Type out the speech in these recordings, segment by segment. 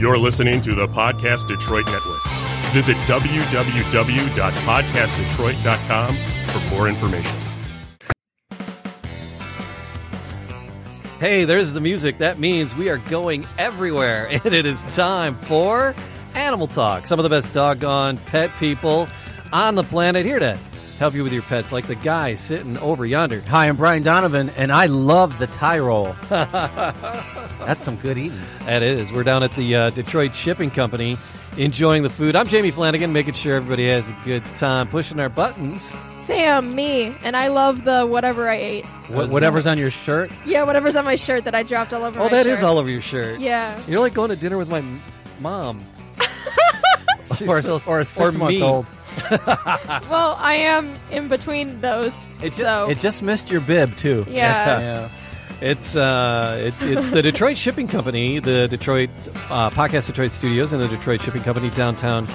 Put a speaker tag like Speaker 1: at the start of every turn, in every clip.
Speaker 1: You're listening to the Podcast Detroit Network. Visit www.podcastdetroit.com for more information.
Speaker 2: Hey, there's the music. That means we are going everywhere, and it is time for Animal Talk. Some of the best doggone pet people on the planet here to help you with your pets, like the guy sitting over yonder.
Speaker 3: Hi, I'm Brian Donovan, and I love the tie roll. That's some good eating.
Speaker 2: That is, we're down at the uh, Detroit Shipping Company enjoying the food. I'm Jamie Flanagan, making sure everybody has a good time, pushing our buttons.
Speaker 4: Sam, me, and I love the whatever I ate.
Speaker 3: Wh- Uh, whatever's on your shirt.
Speaker 4: Yeah, whatever's on my shirt that I dropped all over.
Speaker 2: Oh,
Speaker 4: my
Speaker 2: that is
Speaker 4: shirt.
Speaker 2: all over your shirt.
Speaker 4: Yeah.
Speaker 2: You're like going to dinner with my m- mom. She
Speaker 3: Or,
Speaker 2: spills-
Speaker 3: or a six month
Speaker 2: me.
Speaker 3: old.
Speaker 4: Well, I am in between those,
Speaker 2: It ju-
Speaker 4: so
Speaker 3: It just missed your bib, too.
Speaker 4: yeah.
Speaker 3: Yeah.
Speaker 2: It's uh, it, it's the Detroit Shipping Company, the Detroit uh, Podcast Detroit Studios, and the Detroit Shipping Company downtown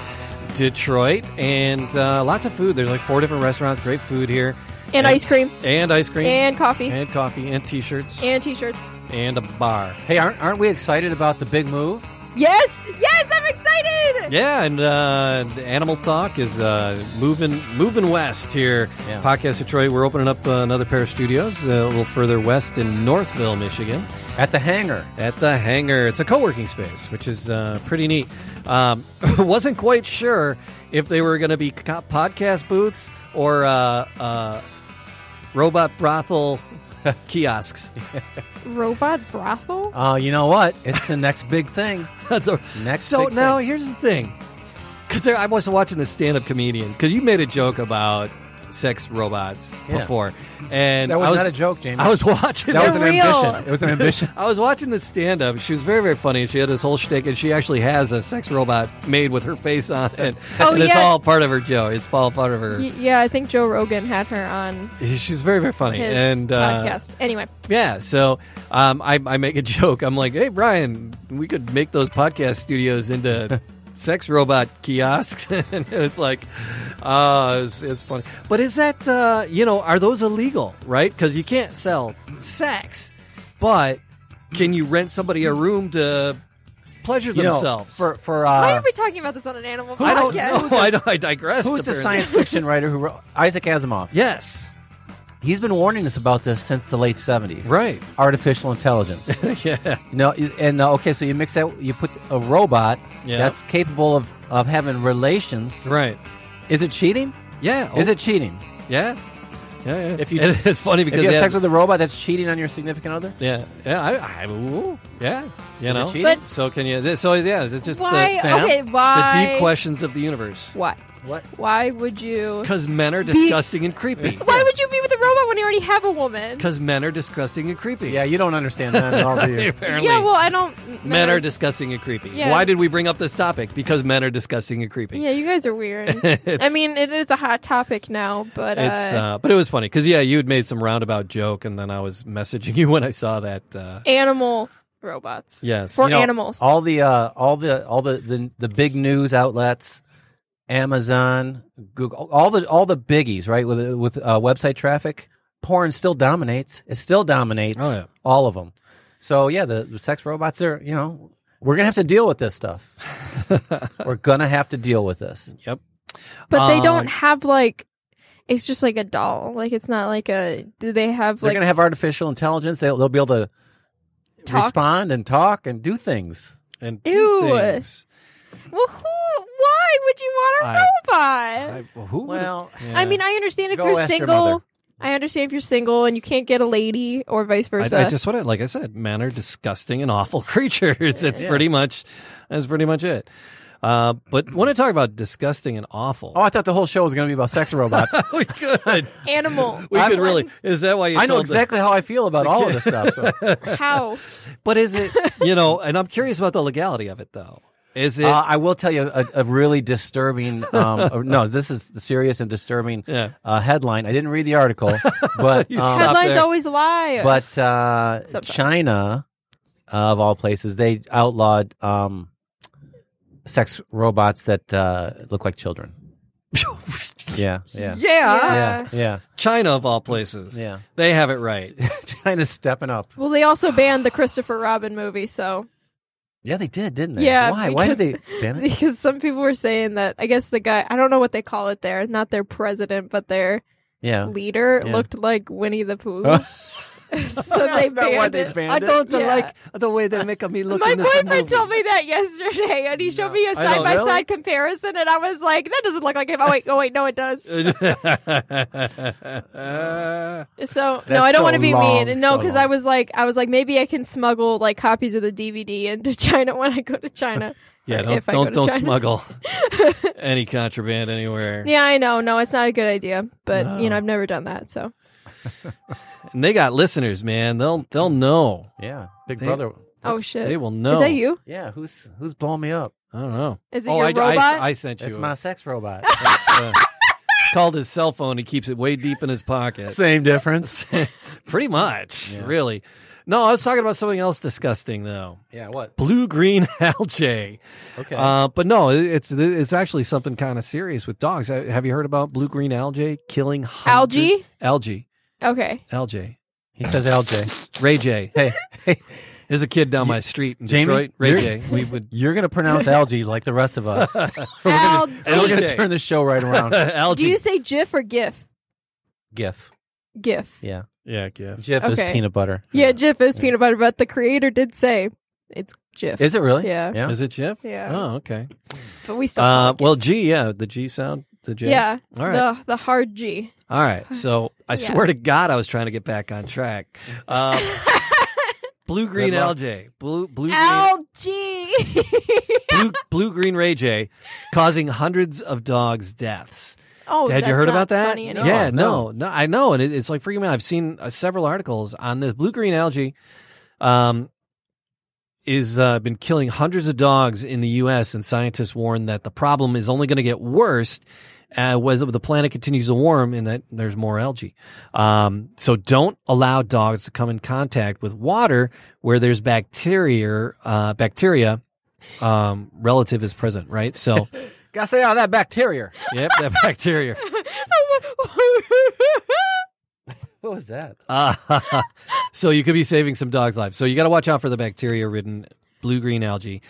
Speaker 2: Detroit, and uh, lots of food. There's like four different restaurants, great food here,
Speaker 4: and ice cream,
Speaker 2: and ice cream,
Speaker 4: and coffee, and,
Speaker 2: and coffee, and t-shirts,
Speaker 4: t-shirts.
Speaker 2: and a bar.
Speaker 3: Hey, aren't, aren't we excited about the big move?
Speaker 4: Yes, yes, I'm excited.
Speaker 2: Yeah, and uh, the Animal Talk is uh, moving moving west here.
Speaker 3: Yeah.
Speaker 2: Podcast Detroit, we're opening up uh, another pair of studios uh, a little further west in Northville, Michigan.
Speaker 3: At the hangar.
Speaker 2: At the hangar. It's a co working space, which is uh, pretty neat. Um, wasn't quite sure if they were going to be co- podcast booths or uh, uh, robot brothel kiosks.
Speaker 4: Robot
Speaker 2: Uh,
Speaker 4: brothel.
Speaker 3: Oh, you know what? It's the next big thing. Next
Speaker 2: so
Speaker 3: big
Speaker 2: now
Speaker 3: thing.
Speaker 2: here's the thing. Because I was watching a stand up comedian, because you made a joke about sex robots
Speaker 3: Yeah.
Speaker 2: before. And
Speaker 3: That was,
Speaker 2: I was
Speaker 3: not a joke, Jamie.
Speaker 2: I was watching
Speaker 3: that was
Speaker 2: this-
Speaker 3: an
Speaker 4: Real.
Speaker 3: ambition. It was an ambition.
Speaker 2: I was watching the stand up. She was very, very funny. She had this whole shtick, and she actually has a sex robot made with her face on it.
Speaker 4: Oh,
Speaker 2: and it's
Speaker 4: yeah.
Speaker 2: all part of her Joe. It's all part of her.
Speaker 4: Y- yeah, I think Joe Rogan had her on
Speaker 2: She's very, very funny.
Speaker 4: his
Speaker 2: and uh,
Speaker 4: podcast. Anyway,
Speaker 2: yeah, so um, I, I make a joke. I'm like, hey, Brian, we could make those podcast studios into sex robot kiosks. and it's like, uh, it's, it's funny. But is that, uh, you know, are those illegal, right? Because you can't sell sex, but can you rent somebody a room to pleasure
Speaker 3: You know,
Speaker 2: themselves?
Speaker 3: for, for,
Speaker 4: why
Speaker 3: uh,
Speaker 4: are we talking about this on an animal
Speaker 2: I
Speaker 4: podcast?
Speaker 2: don't know. I, don't- I digress.
Speaker 3: who's the
Speaker 2: apparently.
Speaker 3: science fiction writer who wrote Isaac Asimov?
Speaker 2: Yes.
Speaker 3: He's been warning us about this since the late 70s.
Speaker 2: Right.
Speaker 3: Artificial intelligence.
Speaker 2: yeah.
Speaker 3: You know, you- and uh, okay, so you mix that. You put a robot
Speaker 2: Yeah.
Speaker 3: that's capable of of having relations.
Speaker 2: Right.
Speaker 3: Is it cheating?
Speaker 2: Yeah. Oh,
Speaker 3: Is it cheating?
Speaker 2: Yeah. Yeah, yeah.
Speaker 3: If you-
Speaker 2: And it's funny because
Speaker 3: if you
Speaker 2: they
Speaker 3: have
Speaker 2: had-
Speaker 3: sex with a robot, that's cheating on your significant other.
Speaker 2: Yeah, yeah, I, I ooh, yeah, you
Speaker 3: Is it
Speaker 2: know.
Speaker 3: cheating?
Speaker 4: But-
Speaker 2: so can you? th- So yeah, it's just
Speaker 4: why?
Speaker 2: the
Speaker 3: Sam?
Speaker 4: okay,
Speaker 2: the
Speaker 4: why?
Speaker 2: deep questions of the universe.
Speaker 4: Why?
Speaker 3: What?
Speaker 4: Why would you?
Speaker 2: Because men are disgusting and creepy.
Speaker 4: Why would you be with a robot when you already have a woman?
Speaker 2: Because men are disgusting and creepy.
Speaker 3: Yeah, you don't understand that at all, do you?
Speaker 2: apparently.
Speaker 4: Yeah, well, I don't.
Speaker 2: men are disgusting and creepy.
Speaker 4: Yeah.
Speaker 2: Why did we bring up this topic? Because men are disgusting and creepy.
Speaker 4: Yeah, you guys are weird. I
Speaker 2: It's-
Speaker 4: mean, it is a hot topic now, but uh,
Speaker 2: It's uh, but it was funny because yeah, you had made some roundabout joke, and then I was messaging you when I saw that. Uh,
Speaker 4: animal robots.
Speaker 2: yes,
Speaker 4: For
Speaker 3: You know,
Speaker 4: animals.
Speaker 3: All the uh, all the all the, the the big news outlets, Amazon, Google, all the all the biggies, right? With with uh, website traffic, porn still dominates. It still dominates
Speaker 2: Oh, yeah.
Speaker 3: all of them. So yeah, the, the sex robots are you know we're gonna have to deal with this stuff. we're gonna have to deal with this.
Speaker 2: yep.
Speaker 4: but they
Speaker 2: um,
Speaker 4: don't have like. It's just like a doll. Like it's not like a. Do they have
Speaker 3: They're
Speaker 4: like
Speaker 3: gonna have artificial intelligence. They'll, they'll be able to
Speaker 4: talk?
Speaker 3: respond and talk and do things.
Speaker 2: And
Speaker 4: Ew.
Speaker 2: do things.
Speaker 4: Well, who? Why would you want a
Speaker 2: I-
Speaker 4: robot?
Speaker 2: I, who would-
Speaker 3: Well,
Speaker 2: Yeah.
Speaker 4: I mean, I understand if
Speaker 3: Go
Speaker 4: you're
Speaker 3: ask your
Speaker 4: single.
Speaker 3: mother.
Speaker 4: I understand if you're single and you can't get a lady or vice versa.
Speaker 2: I, I just want to, like I said, men are disgusting and awful creatures. It's pretty much, that's pretty much it. Uh, but want to talk about disgusting and awful?
Speaker 3: oh, I thought the whole show was gonna be about sex robots.
Speaker 2: we could,
Speaker 4: Animal.
Speaker 2: we could really.
Speaker 4: ones.
Speaker 2: Is that why you?
Speaker 3: I know
Speaker 2: told the-
Speaker 3: exactly how I feel about all of this stuff. So.
Speaker 4: How?
Speaker 2: but is it you know? And I'm curious about the legality of it, though. Is it?
Speaker 3: Uh, I will tell you a, a really disturbing. Um, uh, no, this is serious and disturbing
Speaker 2: Yeah.
Speaker 3: uh, headline. I didn't read the article, but um,
Speaker 2: Stop
Speaker 4: Headlines
Speaker 2: there.
Speaker 4: always lie.
Speaker 3: but uh,
Speaker 4: Sometimes.
Speaker 3: China, uh, of all places, they outlawed um, sex robots that uh, look like children. Yeah,
Speaker 2: yeah,
Speaker 3: yeah, yeah, yeah.
Speaker 2: China of all places.
Speaker 3: Yeah.
Speaker 2: they have it right.
Speaker 3: China's stepping up.
Speaker 4: Well, they also banned the Christopher Robin movie, so
Speaker 3: Yeah, they did, didn't they?
Speaker 4: Yeah,
Speaker 3: Why? Why did they
Speaker 4: because-
Speaker 3: ban it?
Speaker 4: because some people were saying that I guess the guy I don't know what they call it there, not their president, but their
Speaker 3: Yeah.
Speaker 4: leader
Speaker 3: Yeah.
Speaker 4: looked like Winnie the Pooh. so they
Speaker 5: That's not why
Speaker 4: banned
Speaker 5: they
Speaker 4: it.
Speaker 5: banned
Speaker 2: I
Speaker 5: it.
Speaker 2: don't
Speaker 4: Yeah.
Speaker 2: like the way they make me look.
Speaker 4: My
Speaker 2: in this
Speaker 4: boyfriend
Speaker 2: movie.
Speaker 4: told me that yesterday, and he showed me a
Speaker 2: I don't-
Speaker 4: side by
Speaker 2: Really?
Speaker 4: side comparison, and I was like, "That doesn't look like him." Oh wait, oh wait, no, it does. So no,
Speaker 3: That's
Speaker 4: I don't
Speaker 3: so
Speaker 4: want to be
Speaker 3: long,
Speaker 4: mean. No,
Speaker 3: so
Speaker 4: because
Speaker 3: long.
Speaker 4: I was like, I was like, maybe I can smuggle like copies of the DVD into China when I go to China.
Speaker 2: yeah,
Speaker 4: Or
Speaker 2: don't
Speaker 4: if I
Speaker 2: don't,
Speaker 4: go to
Speaker 2: don't
Speaker 4: China.
Speaker 2: smuggle any contraband anywhere.
Speaker 4: Yeah, I know. No, it's not a good idea, but you
Speaker 2: No.
Speaker 4: know, I've never done that. So
Speaker 2: And they got listeners, man. They'll they'll know.
Speaker 3: Yeah. Big
Speaker 2: They-
Speaker 3: brother.
Speaker 4: oh shit,
Speaker 2: They will know.
Speaker 4: is that you?
Speaker 3: Yeah, who's who's blowing me up?
Speaker 2: I don't know.
Speaker 4: Is it
Speaker 2: oh,
Speaker 4: your
Speaker 2: I, I-
Speaker 4: robot?
Speaker 2: I sent you.
Speaker 3: It's
Speaker 2: a-
Speaker 3: my sex robot.
Speaker 2: it's, uh, it's called his cell phone. He keeps it way deep in his pocket.
Speaker 3: Same difference.
Speaker 2: Pretty much,
Speaker 3: Yeah.
Speaker 2: really. No, I was talking about something else disgusting though.
Speaker 3: yeah, what?
Speaker 2: Blue green algae.
Speaker 3: Okay.
Speaker 2: Uh, but no, it- it's it's actually something kind of serious with dogs. Ha- Have you heard about blue green algae killing hundreds-
Speaker 4: Algae?
Speaker 2: Algae,
Speaker 4: okay,
Speaker 2: algae.
Speaker 3: he says LJ.
Speaker 2: Ray J.
Speaker 3: Hey, hey,
Speaker 2: There's a kid down my street in
Speaker 3: Jamie,
Speaker 2: Detroit. Ray
Speaker 3: you're-
Speaker 2: J. We would
Speaker 3: you're going to pronounce algae like the rest of us. and we're going
Speaker 2: LJ.
Speaker 3: to turn the show right around.
Speaker 2: algae.
Speaker 4: Do you say GIF or GIF?
Speaker 3: GIF.
Speaker 4: GIF.
Speaker 3: Yeah.
Speaker 2: yeah, yeah.
Speaker 3: GIF is
Speaker 4: Okay.
Speaker 3: peanut butter.
Speaker 4: Yeah, GIF is peanut butter, but the creator did say it's GIF.
Speaker 3: Is it really?
Speaker 4: Yeah.
Speaker 3: Yeah.
Speaker 2: Is it Jeff?
Speaker 4: Yeah.
Speaker 2: Oh, okay.
Speaker 4: But we still. call
Speaker 2: Uh,
Speaker 4: it GIF.
Speaker 2: well, G. Yeah, the G sound. The J.
Speaker 4: yeah,
Speaker 2: All right.
Speaker 4: the the hard G.
Speaker 2: All right. So I
Speaker 4: Yeah.
Speaker 2: swear to God, I was trying to get back on track. Uh, blue green
Speaker 3: luck.
Speaker 2: algae. Blue blue green,
Speaker 4: L G.
Speaker 2: blue blue green Ray J, causing hundreds of dogs' deaths.
Speaker 4: oh,
Speaker 2: Had
Speaker 4: that's
Speaker 2: you heard
Speaker 4: not
Speaker 2: about that?
Speaker 4: funny anymore.
Speaker 2: yeah, no, no,
Speaker 3: No,
Speaker 2: I know, and it, it's like freaking me out. I've seen uh, several articles on this blue green algae. Um, is uh, been killing hundreds of dogs in the U.S. and scientists warn that the problem is only going to get worse uh, as the planet continues to warm and that there's more algae. Um, so don't allow dogs to come in contact with water where there's bacteria. Uh, bacteria. Um, relative is present, right? So,
Speaker 3: Got to say all that bacteria.
Speaker 2: yep, that bacteria.
Speaker 3: What was that?
Speaker 2: Uh, so you could be saving some dogs' lives. So you got to watch out for the bacteria-ridden blue-green algae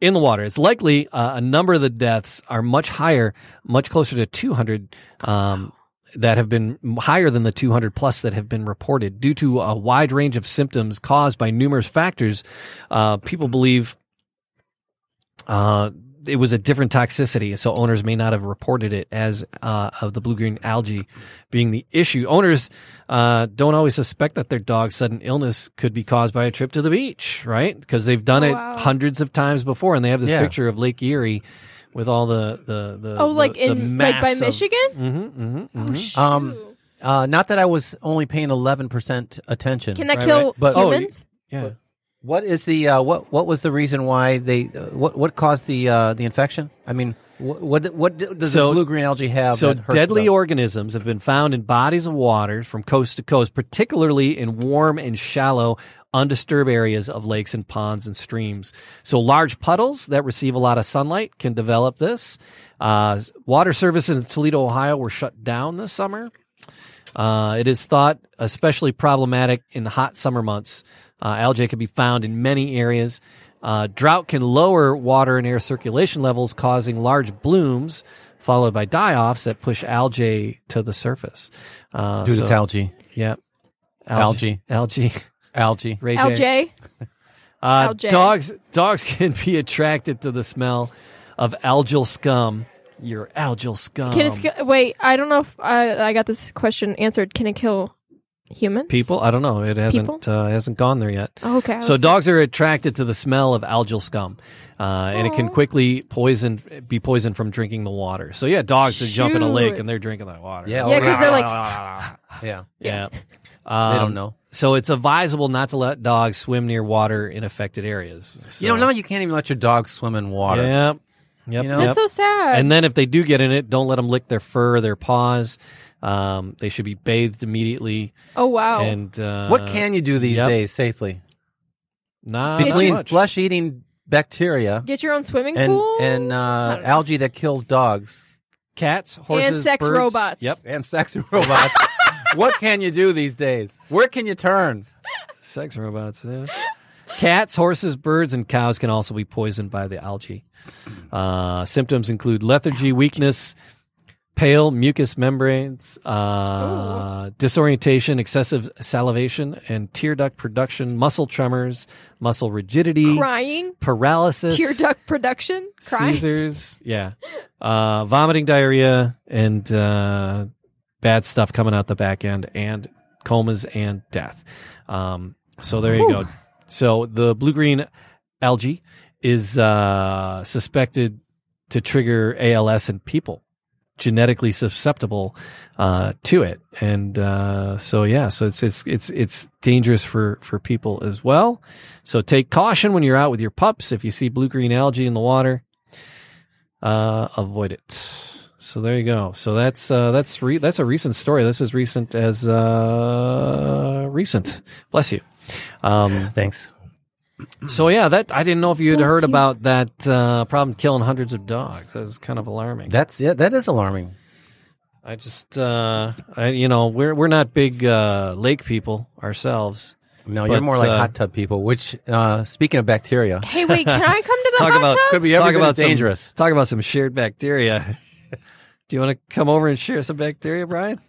Speaker 2: in the water. It's likely uh, a number of the deaths are much higher, much closer to 200 um, that have been higher than the 200 plus that have been reported due to a wide range of symptoms caused by numerous factors. Uh, people believe uh, it was a different toxicity, so owners may not have reported it as uh, of the blue green algae being the issue. Owners uh, don't always suspect that their dog's sudden illness could be caused by a trip to the beach, right? Because they've done it
Speaker 4: Wow.
Speaker 2: hundreds of times before, and they have this
Speaker 3: Yeah.
Speaker 2: picture of Lake Erie with all the the, the
Speaker 4: oh, like
Speaker 2: the- the
Speaker 4: in like by
Speaker 2: mass of-
Speaker 4: Michigan. Oh,
Speaker 2: Mhm, mhm, mhm.
Speaker 3: Um, Uh, not that I was only paying 11% attention.
Speaker 4: Can that
Speaker 2: right,
Speaker 4: kill
Speaker 2: right. But- oh,
Speaker 4: humans?
Speaker 2: yeah.
Speaker 3: What is the uh, what? What was the reason why they? Uh, what what caused the uh, the infection? I mean, what what, what d- does
Speaker 2: So-
Speaker 3: the blue green algae have?
Speaker 2: So
Speaker 3: that hurts
Speaker 2: deadly
Speaker 3: them?
Speaker 2: organisms have been found in bodies of water from coast to coast, particularly in warm and shallow, undisturbed areas of lakes and ponds and streams. So large puddles that receive a lot of sunlight can develop this. Uh, water services in Toledo, Ohio, were shut down this summer. Uh, it is thought especially problematic in hot summer months. Uh, algae can be found in many areas. Uh, drought can lower water and air circulation levels, causing large blooms followed by die offs that push algae to the surface. Uh, so-
Speaker 3: algae,
Speaker 2: Yeah.
Speaker 3: Algae.
Speaker 2: Algae.
Speaker 3: algae.
Speaker 2: Ray J.
Speaker 4: Algae.
Speaker 2: Uh,
Speaker 4: Algae.
Speaker 2: Dogs dogs can be attracted to the smell of algal scum. Your algal scum.
Speaker 4: Can it kill, wait? I don't know if I, I got this question answered. Can it kill humans?
Speaker 2: people? I don't know. It hasn't
Speaker 4: People?
Speaker 2: uh, hasn't gone there yet.
Speaker 4: Oh, okay. I
Speaker 2: So
Speaker 4: was-
Speaker 2: dogs are attracted to the smell of algal scum, uh, and it can
Speaker 4: Aw.
Speaker 2: quickly poison, be poisoned from drinking the water. So yeah, dogs that jump in a lake
Speaker 4: Shoot.
Speaker 2: and they're drinking that water.
Speaker 3: Yeah,
Speaker 4: Yeah, because they're like
Speaker 3: yeah.
Speaker 2: yeah.
Speaker 3: They
Speaker 2: Um,
Speaker 3: don't know.
Speaker 2: So it's advisable not to let dogs swim near water in affected areas.
Speaker 3: You know now you can't even let your dog swim in water.
Speaker 2: Yeah. Yep.
Speaker 3: You know?
Speaker 2: yep.
Speaker 4: that's so sad.
Speaker 2: and then if they do get in it, don't let them lick their fur, or their paws. Um, they should be bathed immediately.
Speaker 4: oh wow.
Speaker 2: And uh,
Speaker 3: What can you do these
Speaker 2: yep.
Speaker 3: days safely
Speaker 2: not
Speaker 4: Did
Speaker 2: too
Speaker 4: you-
Speaker 3: between
Speaker 2: much.
Speaker 3: flesh eating bacteria
Speaker 4: Get your own swimming
Speaker 3: and
Speaker 4: pool.
Speaker 3: and uh, algae that kills dogs
Speaker 2: cats, horses,
Speaker 4: sex
Speaker 2: birds.
Speaker 4: robots.
Speaker 2: Yep.
Speaker 3: and sex robots? what can you do these days? Where can you turn?
Speaker 2: Sex robots, yeah. Cats, horses, birds, and cows can also be poisoned by the algae. Uh, symptoms include lethargy, weakness, pale mucous membranes, uh, disorientation, excessive salivation, and tear duct production, muscle tremors, muscle rigidity,
Speaker 4: Crying.
Speaker 2: paralysis,
Speaker 4: Tear duct production. Crying.
Speaker 2: Caesars, yeah, uh, vomiting, diarrhea, and uh, bad stuff coming out the back end, and comas and death. Um, so there you
Speaker 4: Whew.
Speaker 2: go. So the blue green algae is uh, suspected to trigger ALS in people genetically susceptible uh, to it, and uh, so yeah, so it's it's it's it's dangerous for for people as well. So take caution when you're out with your pups. If you see blue green algae in the water, uh, avoid it. So there you go. So that's uh, that's re- that's a recent story. That's as recent as uh, recent. Bless you. Um,
Speaker 3: Thanks.
Speaker 2: so yeah, that I didn't know if you'd
Speaker 4: Bless
Speaker 2: heard
Speaker 4: you.
Speaker 2: about that uh, problem killing hundreds of dogs. That was kind of alarming.
Speaker 3: That's yeah. That is alarming.
Speaker 2: I just uh, I, you know we're we're not big uh, lake people ourselves.
Speaker 3: No,
Speaker 2: But,
Speaker 3: you're more like
Speaker 2: uh,
Speaker 3: hot tub people. Which, uh, speaking of bacteria,
Speaker 4: Hey, wait, can I come to the
Speaker 2: Talk
Speaker 4: hot
Speaker 2: about-
Speaker 4: tub?
Speaker 3: Uh, could be
Speaker 2: Talk
Speaker 3: everything
Speaker 2: about
Speaker 3: is
Speaker 2: some-
Speaker 3: dangerous.
Speaker 2: Talk about some shared bacteria. Do you want to come over and share some bacteria, Brian?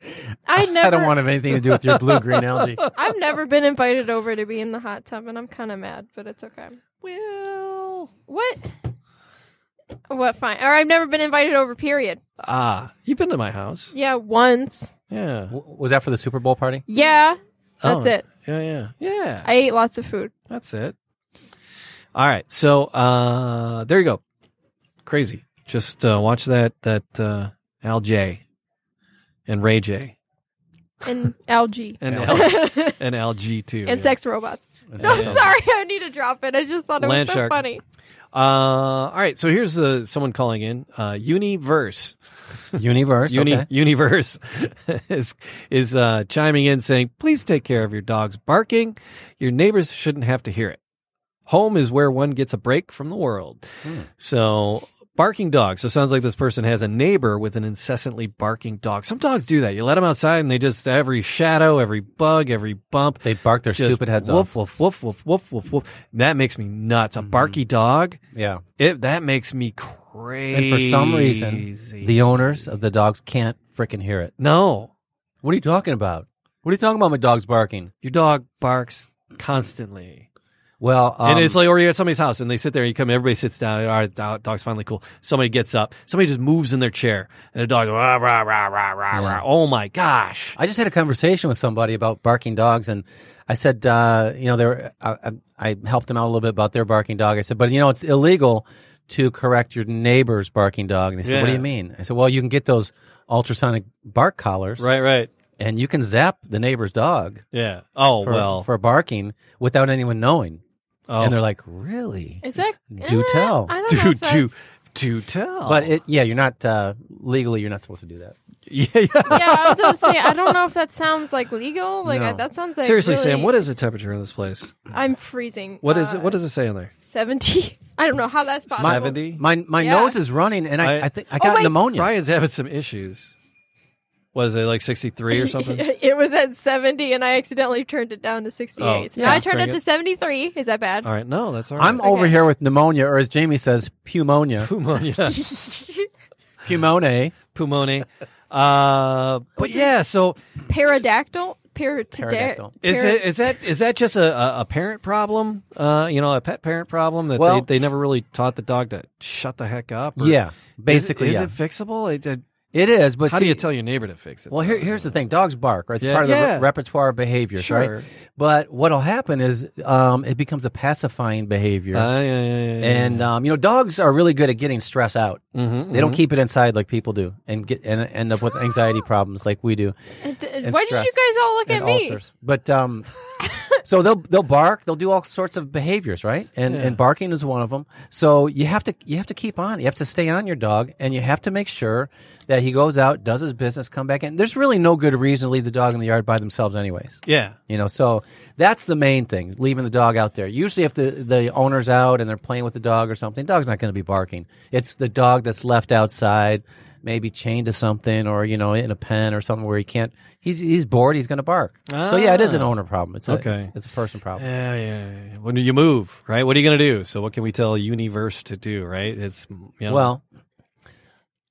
Speaker 4: I never,
Speaker 3: I don't want to have anything to do with your blue green algae.
Speaker 4: I've never been invited over to be in the hot tub, and I'm kind of mad, but it's okay.
Speaker 2: Well,
Speaker 4: What? What? Fine. Or I've never been invited over. Period.
Speaker 2: ah, you've been to my house.
Speaker 4: Yeah, once.
Speaker 2: Yeah.
Speaker 3: W- Was that for the Super Bowl party?
Speaker 4: Yeah, that's
Speaker 2: Oh,
Speaker 4: it.
Speaker 2: Yeah, yeah, yeah.
Speaker 4: I ate lots of food.
Speaker 2: that's it. All right, so uh, there you go. Crazy. Just uh, watch that that uh, Al J and Ray J
Speaker 4: and algae
Speaker 2: and
Speaker 3: Al-
Speaker 2: Al, and Al G too.
Speaker 4: and
Speaker 2: yeah.
Speaker 4: sex robots. No, sorry, I need to drop it. I just thought it
Speaker 2: Land
Speaker 4: was so
Speaker 2: shark.
Speaker 4: funny.
Speaker 2: Uh, all right, so here's uh, someone calling in. Uh, Universe.
Speaker 3: Universe.
Speaker 2: Uni-
Speaker 3: okay.
Speaker 2: Universe is is uh, chiming in saying, "Please take care of your dog's barking. Your neighbors shouldn't have to hear it. Home is where one gets a break from the world."
Speaker 3: Hmm.
Speaker 2: So. Barking dogs. So it sounds like this person has a neighbor with an incessantly barking dog. Some dogs do that. You let them outside and they just, every shadow, every bug, every bump,
Speaker 3: They bark their
Speaker 2: just
Speaker 3: stupid heads
Speaker 2: woof,
Speaker 3: off. Mm-hmm.
Speaker 2: Woof, woof, woof, woof, woof, woof. That makes me nuts. A barky dog,
Speaker 3: Yeah.
Speaker 2: it, that makes me crazy.
Speaker 3: And for some reason, the owners of the dogs can't freaking hear it.
Speaker 2: No,
Speaker 3: What are you talking about? What are you talking about? My dog's barking.
Speaker 2: your dog barks constantly.
Speaker 3: Well, um,
Speaker 2: and it's like, or you're at somebody's house and they sit there and you come, everybody sits down. All right, do- dog's finally cool. Somebody gets up. Somebody just moves in their chair and the dog, rah, rah, rah, rah, rah,
Speaker 3: Yeah.
Speaker 2: rah. Oh my gosh.
Speaker 3: I just had a conversation with somebody about barking dogs, and I said, uh, you know, they were, I, I I helped them out a little bit about their barking dog. I said, but you know, it's illegal to correct your neighbor's barking dog. And they said, what do
Speaker 2: Yeah.
Speaker 3: you mean? I said, well, you can get those ultrasonic bark collars,
Speaker 2: Right, right.
Speaker 3: and you can zap the neighbor's dog
Speaker 2: Yeah. Oh,
Speaker 3: for,
Speaker 2: well.
Speaker 3: for barking without anyone knowing.
Speaker 2: oh.
Speaker 3: And they're like, really?
Speaker 4: Is that
Speaker 3: Do
Speaker 4: eh,
Speaker 3: tell.
Speaker 4: I don't know
Speaker 2: do,
Speaker 4: if
Speaker 2: do,
Speaker 4: that's-
Speaker 2: do tell.
Speaker 3: But it, yeah, you're not uh, legally, you're not supposed to do that.
Speaker 2: yeah, yeah.
Speaker 4: yeah, I was gonna say I don't know if that sounds like legal. Like
Speaker 3: No.
Speaker 4: I- that sounds like
Speaker 2: Seriously,
Speaker 4: really-
Speaker 2: Sam, what is the temperature in this place?
Speaker 4: I'm freezing.
Speaker 2: What is
Speaker 4: Uh,
Speaker 2: it? What does it say on there?
Speaker 4: seventy? I don't know how that's possible.
Speaker 2: Seventy.
Speaker 3: My my
Speaker 4: Yeah.
Speaker 3: nose is running, and I,
Speaker 2: I-
Speaker 3: I, think I got
Speaker 4: wait.
Speaker 3: pneumonia.
Speaker 2: Brian's having some issues. Was it like sixty three or something?
Speaker 4: it was at seventy, and I accidentally turned it down to sixty-eight.
Speaker 2: Oh,
Speaker 4: so
Speaker 2: yeah.
Speaker 4: now I turned
Speaker 2: Bring
Speaker 4: it
Speaker 2: it. Oh.
Speaker 4: to seventy-three. Is that bad?
Speaker 2: all right, no, that's all right.
Speaker 3: I'm over here with pneumonia, or as Jamie says, pneumonia.
Speaker 2: pneumonia.
Speaker 3: Pumone.
Speaker 2: Pumone. Uh, but yeah, so
Speaker 4: Paradactyl. Par-
Speaker 3: Pterodactyl.
Speaker 2: is it is that is that just a, a, a parent problem? Uh, you know, a pet parent problem that
Speaker 3: Well-
Speaker 2: they, they never really taught the dog to shut the heck up. or-
Speaker 3: Yeah,
Speaker 2: Is-
Speaker 3: basically,
Speaker 2: is,
Speaker 3: yeah.
Speaker 2: it fixable? It- it-
Speaker 3: it is. But
Speaker 2: how do
Speaker 3: see-
Speaker 2: you tell your neighbor to fix it?
Speaker 3: Well, here, here's the thing: dogs bark, right? It's
Speaker 2: Yeah.
Speaker 3: part of the
Speaker 2: Yeah.
Speaker 3: re- repertoire of behaviors,
Speaker 2: Sure.
Speaker 3: right? But what'll happen is um, it becomes a pacifying behavior,
Speaker 2: Uh, yeah, yeah, yeah, yeah.
Speaker 3: and um, you know, dogs are really good at getting stress out.
Speaker 2: Mhm,
Speaker 3: They don't
Speaker 2: mhm.
Speaker 3: keep it inside like people do, and get and end up with anxiety problems like we do.
Speaker 4: And d-
Speaker 3: and
Speaker 4: Why did you
Speaker 3: stress
Speaker 4: guys all look
Speaker 3: and
Speaker 4: at me?
Speaker 3: ulcers. But um, so they'll they'll bark. They'll do all sorts of behaviors, right? And
Speaker 2: Yeah.
Speaker 3: and barking is one of them. So you have to you have to keep on. You have to stay on your dog, and you have to make sure that he goes out, does his business, come back in. There's really no good reason to leave the dog in the yard by themselves, anyways.
Speaker 2: Yeah.
Speaker 3: You know, so that's the main thing, leaving the dog out there. Usually, if the, the owner's out and they're playing with the dog or something, dog's not going to be barking. It's the dog that's left outside, maybe chained to something or, you know, in a pen or something where he can't, he's, he's bored, he's going to bark. So, yeah, it is an
Speaker 2: Ah.
Speaker 3: owner problem. It's a,
Speaker 2: Okay.
Speaker 3: it's- It's a person problem.
Speaker 2: Yeah, yeah, yeah. When do you move, right? What are you going to do? So, what can we tell Universe to do, right? It's you know,
Speaker 3: Well,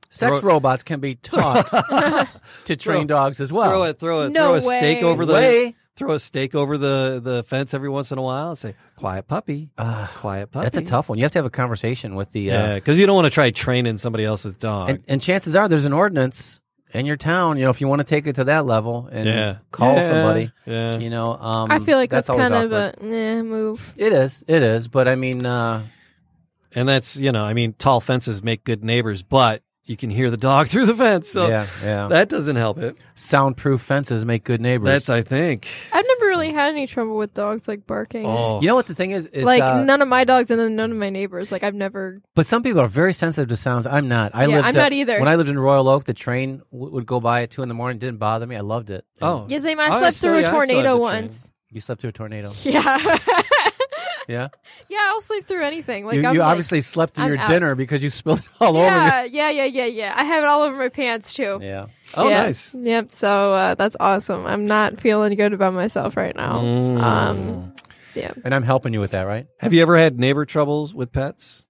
Speaker 3: sex
Speaker 2: Throw-
Speaker 3: robots can be taught to train dogs as well.
Speaker 2: throw it, throw it,
Speaker 4: No
Speaker 2: throw a stake
Speaker 4: way.
Speaker 2: over the
Speaker 3: Way.
Speaker 2: throw a stake over the the fence every once in a while. And say, "Quiet puppy,
Speaker 3: Ah,
Speaker 2: quiet puppy."
Speaker 3: That's a tough one. You have to have a conversation with the. Uh,
Speaker 2: yeah, because you don't want to try training somebody else's dog.
Speaker 3: and, and chances are there's an ordinance in your town. You know, if you want to take it to that level and
Speaker 2: yeah,
Speaker 3: call
Speaker 2: Yeah,
Speaker 3: somebody,
Speaker 2: Yeah,
Speaker 3: you know, um,
Speaker 4: I feel like that's,
Speaker 3: always
Speaker 4: kind of
Speaker 3: awkward.
Speaker 4: a eh, move.
Speaker 3: It is. It is. But I mean, uh,
Speaker 2: and that's you know, I mean, tall fences make good neighbors, but you can hear the dog through the fence, so
Speaker 3: yeah, yeah.
Speaker 2: that doesn't help it.
Speaker 3: Soundproof fences make good neighbors.
Speaker 2: That's I think.
Speaker 4: I've never really had any trouble with dogs like barking.
Speaker 2: Oh,
Speaker 3: you know what the thing is? is
Speaker 4: like
Speaker 3: uh,
Speaker 4: none of my dogs and then none of my neighbors. Like I've never.
Speaker 3: But some people are very sensitive to sounds. I'm not. I
Speaker 4: Yeah,
Speaker 3: lived,
Speaker 4: I'm
Speaker 3: uh,
Speaker 4: not either.
Speaker 3: When I lived in Royal Oak, the train w- would go by at two in the morning. It didn't bother me. I loved it. And
Speaker 2: oh,
Speaker 4: Yes, I
Speaker 2: I
Speaker 4: slept
Speaker 2: still-
Speaker 4: through
Speaker 2: yeah, I
Speaker 4: a
Speaker 2: still had the
Speaker 4: tornado
Speaker 2: train.
Speaker 4: once.
Speaker 3: you slept through a tornado.
Speaker 4: Yeah.
Speaker 3: Yeah,
Speaker 4: yeah, I'll sleep through anything. Like
Speaker 3: you,
Speaker 4: I'm
Speaker 3: you
Speaker 4: like-
Speaker 3: obviously slept through
Speaker 4: I'm
Speaker 3: your
Speaker 4: out.
Speaker 3: dinner because you spilled it all over.
Speaker 4: Yeah, yeah, yeah, yeah, yeah. I have it all over my pants too.
Speaker 3: Your- yeah.
Speaker 2: oh,
Speaker 4: Yeah.
Speaker 2: nice.
Speaker 4: Yep. So uh, that's awesome. I'm not feeling good about myself right now.
Speaker 2: Mm.
Speaker 4: Um,
Speaker 3: And I'm helping you with that, right?
Speaker 2: Have you ever had neighbor troubles with pets?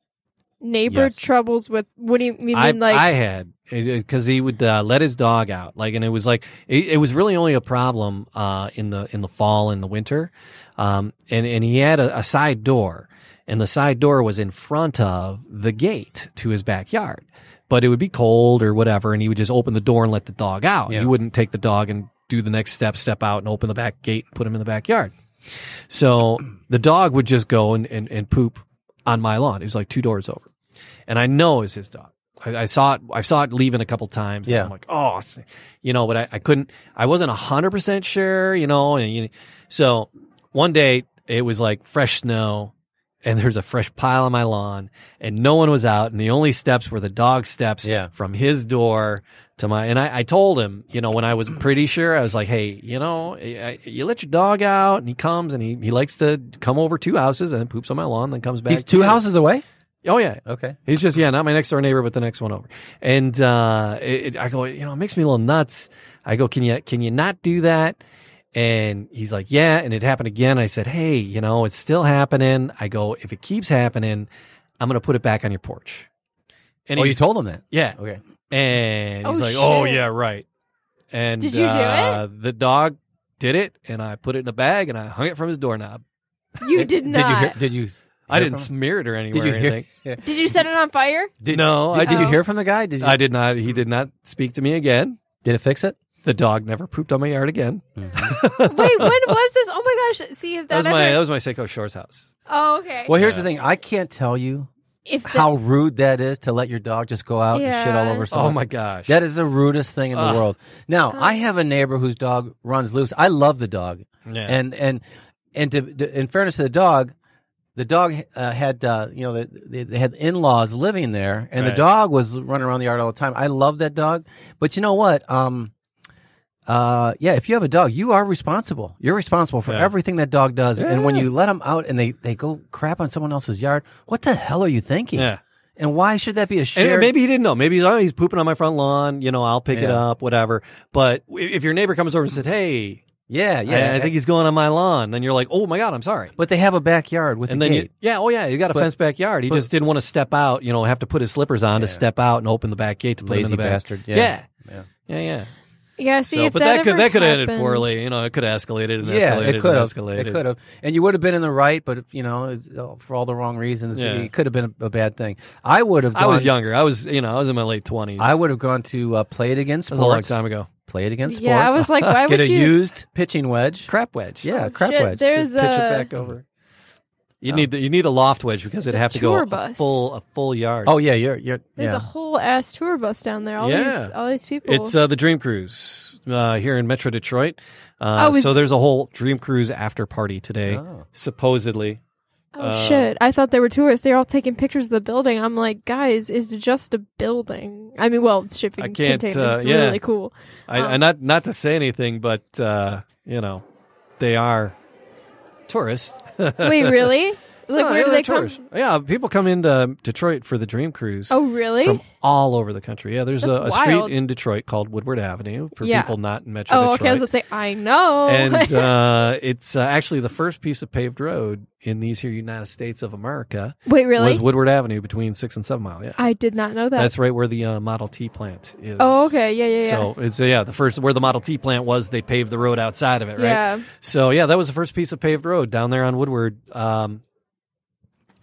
Speaker 4: neighbor
Speaker 3: Yes.
Speaker 4: troubles with what do you you mean?
Speaker 2: I,
Speaker 4: like
Speaker 2: I had because he would uh, let his dog out, like, and it was like it, it was really only a problem uh, in the in the fall and the winter, um, and and he had a, a side door, and the side door was in front of the gate to his backyard, but it would be cold or whatever, and he would just open the door and let the dog out.
Speaker 3: Yeah.
Speaker 2: He wouldn't take the dog and do the next step, step out and open the back gate and put him in the backyard. So the dog would just go and, and, and poop on my lawn. It was like two doors over. And I know it was his dog. I, I saw it I saw it leaving a couple times. and
Speaker 3: Yeah.
Speaker 2: I'm like, oh it's-" you know, but I, I couldn't I wasn't hundred percent sure, you know, and you, so one day it was like fresh snow and there's a fresh pile on my lawn and no one was out and the only steps were the dog steps
Speaker 3: Yeah.
Speaker 2: from his door to my and I, I told him you know when i was pretty sure i was like hey you know I, I- you let your dog out and he comes and he, he likes to come over two houses and then poops on my lawn then comes back
Speaker 3: He's two
Speaker 2: to-
Speaker 3: houses away.
Speaker 2: oh yeah
Speaker 3: Okay.
Speaker 2: He's just yeah, not my next door neighbor, but the next one over. And uh, it, it- I go, you know, it makes me a little nuts. I go, can you can you not do that? And he's like, yeah. And it happened again. I said, hey, you know, it's still happening. I go, if it keeps happening, I'm gonna put it back on your porch. And
Speaker 3: oh, you
Speaker 2: he's-
Speaker 3: told him that.
Speaker 2: yeah.
Speaker 3: Okay.
Speaker 2: And he's
Speaker 4: Oh,
Speaker 2: like, oh
Speaker 4: shit.
Speaker 2: yeah, right. And
Speaker 4: Did you do
Speaker 2: uh, it? The dog did it, and I put it in a bag and I hung it from his doorknob.
Speaker 4: you did
Speaker 3: Did you?
Speaker 4: not.
Speaker 3: Hear, did you?
Speaker 2: I
Speaker 3: hear
Speaker 2: didn't
Speaker 3: from him?
Speaker 2: smear it or anywhere
Speaker 3: Did you
Speaker 2: or
Speaker 3: hear?
Speaker 2: anything.
Speaker 3: Yeah.
Speaker 4: Did you set it on fire?
Speaker 3: Did,
Speaker 2: no, I
Speaker 3: Did, did you
Speaker 4: Oh.
Speaker 3: hear from the guy? Did you?
Speaker 2: I did not. He did not speak to me again.
Speaker 3: did it fix it?
Speaker 2: The dog never pooped on my yard again.
Speaker 4: Wait, when was this? Oh my gosh! See
Speaker 2: That
Speaker 4: if that,
Speaker 2: was my
Speaker 4: ever-
Speaker 2: that was my Seiko Shores house.
Speaker 4: oh, okay.
Speaker 3: Well, here's
Speaker 2: Yeah.
Speaker 3: the thing. I can't tell you
Speaker 4: if the-
Speaker 3: how rude that is to let your dog just go out and shit all
Speaker 4: Yeah.
Speaker 3: over someone.
Speaker 2: Oh my gosh!
Speaker 3: That is the rudest thing in the
Speaker 2: Ugh.
Speaker 3: world. Now, I have a neighbor whose dog runs loose. I love the dog,
Speaker 2: yeah.
Speaker 3: and and and to, to- in fairness to the dog, the dog uh, had uh, you know they, they had in laws living there, and the
Speaker 2: Right.
Speaker 3: dog was running around the yard all the time. I love that dog, but you know what? Um, uh, yeah, if you have a dog, you are responsible. You're responsible for
Speaker 2: Yeah.
Speaker 3: everything that dog does, and when
Speaker 2: Yeah.
Speaker 3: you let them out and they they go crap on someone else's yard, what the hell are you thinking?
Speaker 2: yeah.
Speaker 3: And why should that be a shared?
Speaker 2: And maybe he didn't know. Maybe he's, oh, he's pooping on my front lawn. You know, I'll pick it
Speaker 3: Yeah.
Speaker 2: up, whatever. But i- if your neighbor comes over and says, "Hey,
Speaker 3: yeah,
Speaker 2: yeah,
Speaker 3: yeah.
Speaker 2: I, think he's going on my lawn," then you're like, "Oh my god, I'm sorry."
Speaker 3: But they have a backyard with
Speaker 2: And
Speaker 3: a
Speaker 2: then
Speaker 3: gate.
Speaker 2: you, yeah, oh yeah, he got a
Speaker 3: But-
Speaker 2: fenced backyard. He
Speaker 3: but-
Speaker 2: just didn't want to step out. You know, have to put his slippers on to
Speaker 3: Yeah.
Speaker 2: step out and open the back gate to play in
Speaker 3: lazy
Speaker 2: the back.
Speaker 3: bastard. Yeah.
Speaker 2: Yeah.
Speaker 3: Yeah.
Speaker 2: Yeah, yeah.
Speaker 4: yeah, see
Speaker 2: so,
Speaker 4: if
Speaker 2: but that, could
Speaker 4: ever
Speaker 2: that could have ended
Speaker 4: happened.
Speaker 2: poorly. You know, it could have escalated and
Speaker 3: Yeah,
Speaker 2: escalated
Speaker 3: it could
Speaker 2: and
Speaker 3: have.
Speaker 2: escalated.
Speaker 3: It could have, and you would have been in the right, but you know, it's, uh, for all the wrong reasons,
Speaker 2: Yeah.
Speaker 3: it could have been a, a bad thing. I would have. Gone,
Speaker 2: I was younger. I was, you know, I was in my late twenties.
Speaker 3: I would have gone to uh, play it against
Speaker 2: That was
Speaker 3: sports.
Speaker 2: a long time ago.
Speaker 3: Play it against sports.
Speaker 4: Yeah, I was like, why
Speaker 3: get
Speaker 4: would
Speaker 3: a
Speaker 4: you?
Speaker 3: used pitching wedge.
Speaker 2: Crap wedge.
Speaker 3: Yeah,
Speaker 4: Oh,
Speaker 3: crap
Speaker 4: shit,
Speaker 3: wedge.
Speaker 4: There's
Speaker 3: Just pitch
Speaker 4: a-
Speaker 3: it back over.
Speaker 2: You
Speaker 3: Oh.
Speaker 2: need the, you need a loft wedge because it'd
Speaker 4: a
Speaker 2: have to go
Speaker 4: tour
Speaker 2: a
Speaker 4: bus.
Speaker 2: full a full yard.
Speaker 3: Oh yeah, you're you're
Speaker 4: There's
Speaker 3: yeah.
Speaker 4: a whole ass tour bus down there. All
Speaker 2: Yeah.
Speaker 4: these, all these people.
Speaker 2: It's uh, the Dream Cruise uh, here in Metro Detroit. Uh,
Speaker 4: Oh, is-
Speaker 2: so there's a whole Dream Cruise after party today,
Speaker 3: Oh.
Speaker 2: supposedly.
Speaker 4: oh
Speaker 2: uh,
Speaker 4: shit! I thought they were tourists. They're all taking pictures of the building. I'm like, guys, it's just a building. I mean, well, it's shipping
Speaker 2: I can't,
Speaker 4: containers.
Speaker 2: uh,
Speaker 4: it's
Speaker 2: yeah.
Speaker 4: really cool.
Speaker 2: I,
Speaker 4: Oh.
Speaker 2: I not not to say anything, but uh, you know, they are tourists.
Speaker 4: Wait, really? Like,
Speaker 2: No,
Speaker 4: where
Speaker 2: yeah,
Speaker 4: do
Speaker 2: they're
Speaker 4: they come?
Speaker 2: tourists. Yeah, people come into Detroit for the Dream Cruise.
Speaker 4: Oh, really?
Speaker 2: From all over the country. Yeah, there's a, a
Speaker 4: That's
Speaker 2: street
Speaker 4: wild.
Speaker 2: in Detroit called Woodward Avenue for
Speaker 4: Yeah.
Speaker 2: people not in Metro
Speaker 4: oh,
Speaker 2: Detroit.
Speaker 4: okay. I was oh. gonna say I know.
Speaker 2: and uh, it's uh, actually the first piece of paved road in these here United States of America
Speaker 4: Wait, really?
Speaker 2: was Woodward Avenue between six and seven mile. Yeah,
Speaker 4: I did not know that.
Speaker 2: that's right where the uh, Model T plant is.
Speaker 4: oh, okay. Yeah, yeah, yeah.
Speaker 2: So it's yeah, the first where the Model T plant was, they paved the road outside of it, right?
Speaker 4: Yeah.
Speaker 2: So yeah, that was the first piece of paved road down there on Woodward. Um,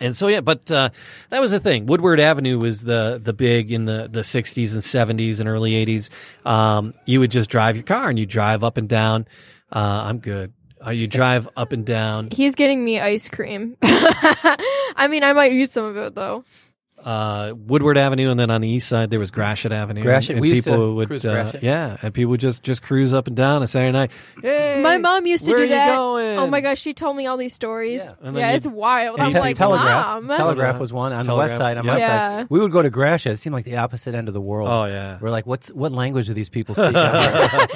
Speaker 2: and so yeah, but uh, that was the thing. Woodward Avenue was the the big in the the '60s and '70s and early '80s. Um, you would just drive your car and you drive up and down. Uh, I'm good. Uh, you drive up and down.
Speaker 4: He's getting me ice cream. I mean, I might eat some of it though.
Speaker 2: uh, Woodward Avenue, and then on the east side there was Gratiot Avenue.
Speaker 3: Gratiot.
Speaker 2: and
Speaker 3: We used to
Speaker 2: people would,
Speaker 3: cruise
Speaker 2: uh,
Speaker 3: Gratiot.
Speaker 2: yeah, and people would just just cruise up and down on Saturday night. Hey,
Speaker 4: My mom used to
Speaker 2: where
Speaker 4: do
Speaker 2: are you
Speaker 4: that.
Speaker 2: going?
Speaker 4: Oh my gosh, she told me all these stories.
Speaker 2: Yeah.
Speaker 4: Yeah,
Speaker 2: And then you-
Speaker 4: it's wild.
Speaker 2: and
Speaker 4: I'm
Speaker 2: te-
Speaker 4: like,
Speaker 3: Telegraph.
Speaker 4: mom.
Speaker 2: Telegraph.
Speaker 3: Telegraph was one on the
Speaker 2: Telegraph,
Speaker 3: west side. On
Speaker 2: yeah.
Speaker 3: my
Speaker 4: Yeah.
Speaker 3: side, we would go to Gratiot. It seemed like the opposite end of the world.
Speaker 2: Oh yeah,
Speaker 3: We're like, what's what language do these people speak? out there?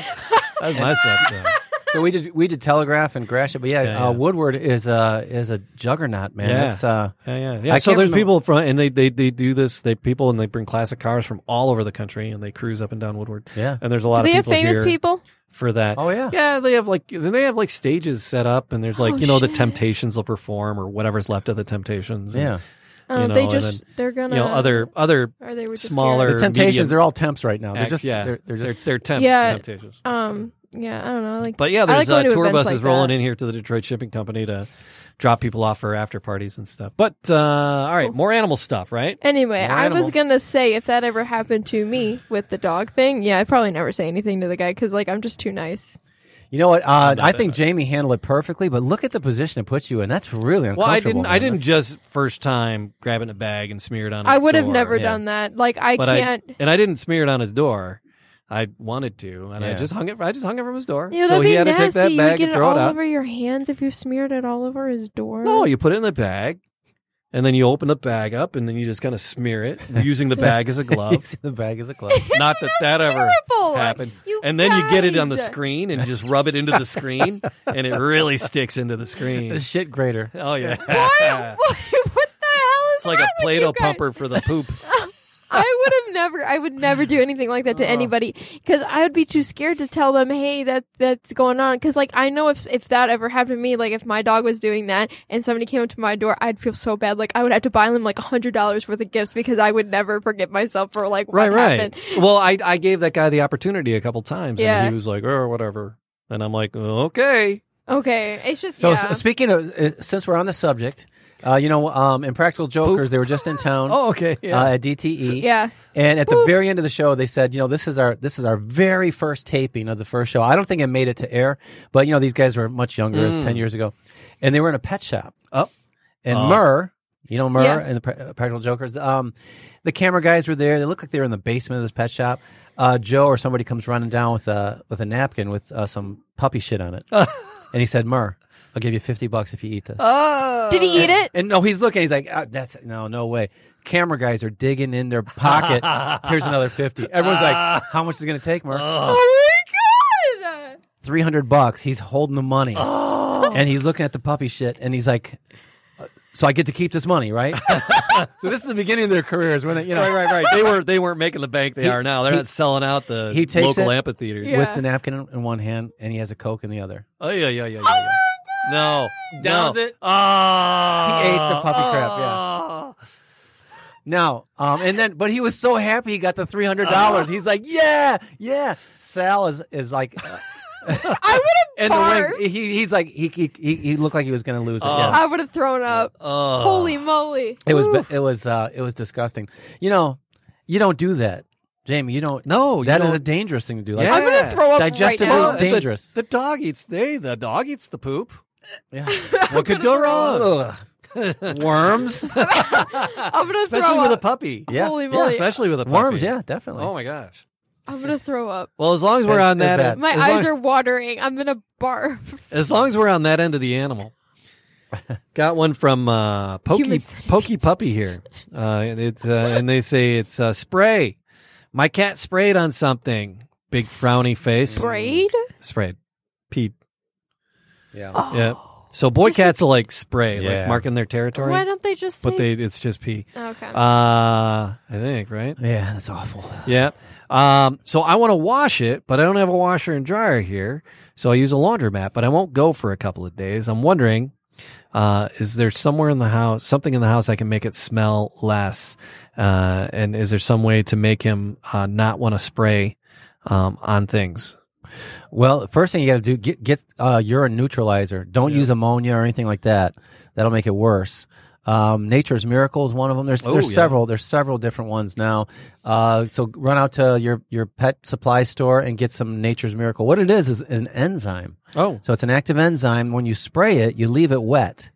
Speaker 2: that's my stepdad.
Speaker 3: so we did we did Telegraph and Gratiot, but yeah,
Speaker 2: Yeah,
Speaker 3: Uh,
Speaker 2: yeah.
Speaker 3: Woodward is a is a juggernaut, man.
Speaker 2: Yeah.
Speaker 3: That's uh,
Speaker 2: Yeah, yeah, yeah.
Speaker 3: I
Speaker 2: so
Speaker 3: can't
Speaker 2: there's
Speaker 3: remember-
Speaker 2: people from, and they, they they do this. They people and they bring classic cars from all over the country, and they cruise up and down Woodward.
Speaker 3: Yeah.
Speaker 2: and there's a lot
Speaker 4: Do
Speaker 2: of
Speaker 4: they have
Speaker 2: people
Speaker 4: famous
Speaker 2: here
Speaker 4: people?
Speaker 2: for that.
Speaker 3: Oh, yeah.
Speaker 2: yeah. They have like then they have like stages set up, and there's like
Speaker 4: Oh,
Speaker 2: you know the
Speaker 4: shit.
Speaker 2: Temptations will perform or whatever's left of the Temptations. and,
Speaker 3: yeah.
Speaker 4: Uh,
Speaker 2: You
Speaker 4: they
Speaker 2: know, and
Speaker 4: just they're gonna
Speaker 2: you know other other
Speaker 4: or they were just
Speaker 2: smaller-
Speaker 4: here.
Speaker 3: The Temptations,
Speaker 2: medium-
Speaker 3: they're all temps right now. They're
Speaker 2: acts,
Speaker 3: just
Speaker 2: yeah
Speaker 3: they're, they're just
Speaker 2: they're, temp-
Speaker 4: Yeah.
Speaker 2: Temptations.
Speaker 4: Um. Yeah. I don't know. Like.
Speaker 2: But yeah,
Speaker 4: I like
Speaker 2: there's
Speaker 4: going
Speaker 2: uh,
Speaker 4: to
Speaker 2: tour
Speaker 4: events
Speaker 2: buses
Speaker 4: like
Speaker 2: rolling
Speaker 4: that.
Speaker 2: in here to the Detroit Shipping Company to drop people off for after parties and stuff. But uh, all right, more animal stuff, right?
Speaker 4: Anyway,
Speaker 3: More
Speaker 4: I
Speaker 3: animal.
Speaker 4: was gonna say if that ever happened to me with the dog thing, yeah, I'd probably never say anything to the guy because like I'm just too nice.
Speaker 3: You know what? Uh, I
Speaker 2: that
Speaker 3: think Jamie handled it perfectly, but look at the position it puts you in. That's really uncomfortable.
Speaker 2: Well, I didn't. I
Speaker 3: man.
Speaker 2: didn't
Speaker 3: That's-
Speaker 2: just first time grab it in a bag and smear it on. His
Speaker 4: I would have
Speaker 2: door.
Speaker 4: never
Speaker 2: Yeah.
Speaker 4: done that. Like I
Speaker 2: But
Speaker 4: can't.
Speaker 2: I and I didn't smear it on his door. I wanted to, and I
Speaker 3: Yeah.
Speaker 2: just hung it. I just hung it from his door.
Speaker 4: Yeah,
Speaker 2: so
Speaker 4: that'd
Speaker 2: he
Speaker 4: be
Speaker 2: had
Speaker 4: nasty.
Speaker 2: to take that
Speaker 4: you
Speaker 2: bag
Speaker 4: get
Speaker 2: and
Speaker 4: it
Speaker 2: throw
Speaker 4: all
Speaker 2: it out.
Speaker 4: over your hands if you smeared it all over his door.
Speaker 2: No, you put it in the bag, and then you open the bag up, and then you just kind of smear it using the bag as a glove.
Speaker 3: Using the bag as a glove.
Speaker 2: Not that that ever
Speaker 4: terrible.
Speaker 2: happened.
Speaker 4: You
Speaker 2: and then you get it on the
Speaker 4: guys.
Speaker 2: screen and just rub it into the screen, and it really sticks into the screen.
Speaker 3: the shit grater.
Speaker 2: Oh yeah,
Speaker 4: Why? what the hell is
Speaker 2: it's like a
Speaker 4: wrong with you
Speaker 2: Play-Doh
Speaker 4: guys?
Speaker 2: pumper for the poop.
Speaker 4: I would have never. I would never do anything like
Speaker 2: Uh.
Speaker 4: that to anybody because I would be too scared to tell them, "Hey, that that's going on." Because like I know if if that ever happened to me, like if my dog was doing that and somebody came up to my door, I'd feel so bad. Like I would have to buy them like a hundred dollars worth of gifts because I would never forgive myself for like what
Speaker 2: right, right.
Speaker 4: happened.
Speaker 2: Well, I I gave that guy the opportunity a couple times,
Speaker 4: Yeah.
Speaker 2: and he was like, "Oh, whatever." And I'm like, "Okay."
Speaker 4: Okay, it's just
Speaker 3: So
Speaker 4: yeah.
Speaker 3: s- speaking of, uh, since we're on the subject, uh, you know, um, Impractical Jokers, they were just in town
Speaker 2: Oh, okay. Yeah.
Speaker 3: uh, at DTE.
Speaker 4: yeah.
Speaker 3: And at the very end of the show, they said, you know, this is our this is our very first taping of the first show. I don't think it made it to air, but you know, these guys were much younger, it was ten years ago, and they were in a pet shop.
Speaker 2: Mm. Oh.
Speaker 3: and
Speaker 2: Oh.
Speaker 3: Murr, you know Murr
Speaker 4: Yeah.
Speaker 3: and the pra- uh, Practical Jokers. Um, the camera guys were there. They looked like they were in the basement of this pet shop. Uh, Joe or somebody comes running down with a with a napkin with uh, some puppy shit on it, and he said, "Murr, I'll give you fifty bucks if you eat this."
Speaker 4: Did he eat it?
Speaker 2: Uh.
Speaker 3: And no, he's looking. He's like, "Ah, "That's no, no way." Camera guys are digging in their pocket. Here's another fifty. Everyone's like, "How much is it going to take, Mark?"
Speaker 4: Ah. Oh my god!
Speaker 3: Three hundred bucks. He's holding the money,
Speaker 4: Oh.
Speaker 3: and he's looking at the puppy shit, and he's like, uh, "So I get to keep this money, right?" so this is the beginning of their careers when they, you know,
Speaker 2: right, right, right. They were they weren't making the bank they are now. They're
Speaker 3: he-
Speaker 2: not selling out the
Speaker 3: he takes
Speaker 2: local
Speaker 3: it-
Speaker 2: amphitheaters.
Speaker 4: Yeah.
Speaker 3: with the napkin in- in one hand, and he has a coke in the other.
Speaker 2: Oh yeah, yeah, yeah, yeah. yeah. No,
Speaker 3: Downs
Speaker 2: no.
Speaker 3: it.
Speaker 2: Ah,
Speaker 3: He ate the puppy crap,
Speaker 2: Ah.
Speaker 3: Now, um, and then, but he was so happy he got the three hundred dollars.
Speaker 4: Oh.
Speaker 3: He's like, "Yeah, yeah." Sal is is like.
Speaker 4: I would have
Speaker 3: And the
Speaker 4: barfed.
Speaker 3: wings, he, he's like he, he he he looked like he was going to lose it.
Speaker 2: Oh.
Speaker 3: yeah.
Speaker 4: I would have thrown up.
Speaker 2: Ah.
Speaker 4: Holy moly!
Speaker 3: It was ba- it was uh, it was disgusting. You know, you don't do that, Jamie. You don't.
Speaker 2: No, you
Speaker 3: that is
Speaker 2: don't-
Speaker 3: a dangerous thing to do. Like,
Speaker 2: Yeah.
Speaker 4: I'm gonna throw up
Speaker 3: Digestive
Speaker 4: right now.
Speaker 3: Well, dangerous.
Speaker 2: The, the dog eats they. The dog eats the poop.
Speaker 3: Yeah.
Speaker 2: What could go wrong?
Speaker 3: Ugh. worms.
Speaker 4: I'm gonna
Speaker 2: Especially
Speaker 4: throw
Speaker 2: with a
Speaker 4: up.
Speaker 2: puppy.
Speaker 3: Yeah.
Speaker 4: Holy
Speaker 2: Yeah,
Speaker 4: moly!
Speaker 2: especially with a puppy.
Speaker 3: Worms. Yeah, definitely.
Speaker 2: Oh my gosh.
Speaker 4: I'm gonna throw up.
Speaker 2: Well, as long as we're
Speaker 3: That's-
Speaker 2: on
Speaker 3: that's
Speaker 2: that,
Speaker 3: bad.
Speaker 4: My
Speaker 2: as
Speaker 4: eyes
Speaker 2: long-
Speaker 4: are watering. I'm gonna barf.
Speaker 2: As long as we're on that end of the animal. Got one from uh, Pokey,
Speaker 4: Human centipede.
Speaker 2: Pokey Puppy here. Uh, and, it's, uh, and they say it's uh, spray. My cat sprayed on something. Big frowny face.
Speaker 4: Sprayed?
Speaker 2: Sprayed. Pete.
Speaker 3: Yeah.
Speaker 4: Oh.
Speaker 2: Yeah. So boy
Speaker 4: Just like-
Speaker 2: cats will like spray,
Speaker 3: Yeah.
Speaker 2: like marking their territory.
Speaker 4: Why don't they just?
Speaker 2: but
Speaker 4: say-
Speaker 2: they it's just pee.
Speaker 4: okay.
Speaker 2: Uh, I think right.
Speaker 3: Yeah, that's awful.
Speaker 2: Yeah. Um, so I want to wash it, but I don't have a washer and dryer here. So I use a laundromat, but I won't go for a couple of days. I'm wondering, uh, is there somewhere in the house, something in the house I can make it smell less? Uh, and is there some way to make him uh, not want to spray um, on things?
Speaker 3: Well, first thing you got to do get get uh, urine neutralizer. Don't
Speaker 2: Yeah.
Speaker 3: use ammonia or anything like that. That'll make it worse. Um, Nature's Miracle is one of them. There's
Speaker 2: Oh,
Speaker 3: there's
Speaker 2: yeah.
Speaker 3: several there's several different ones now. Uh, so run out to your your pet supply store and get some Nature's Miracle. What it is is an enzyme.
Speaker 2: Oh,
Speaker 3: So it's an active enzyme. When you spray it, you leave it wet,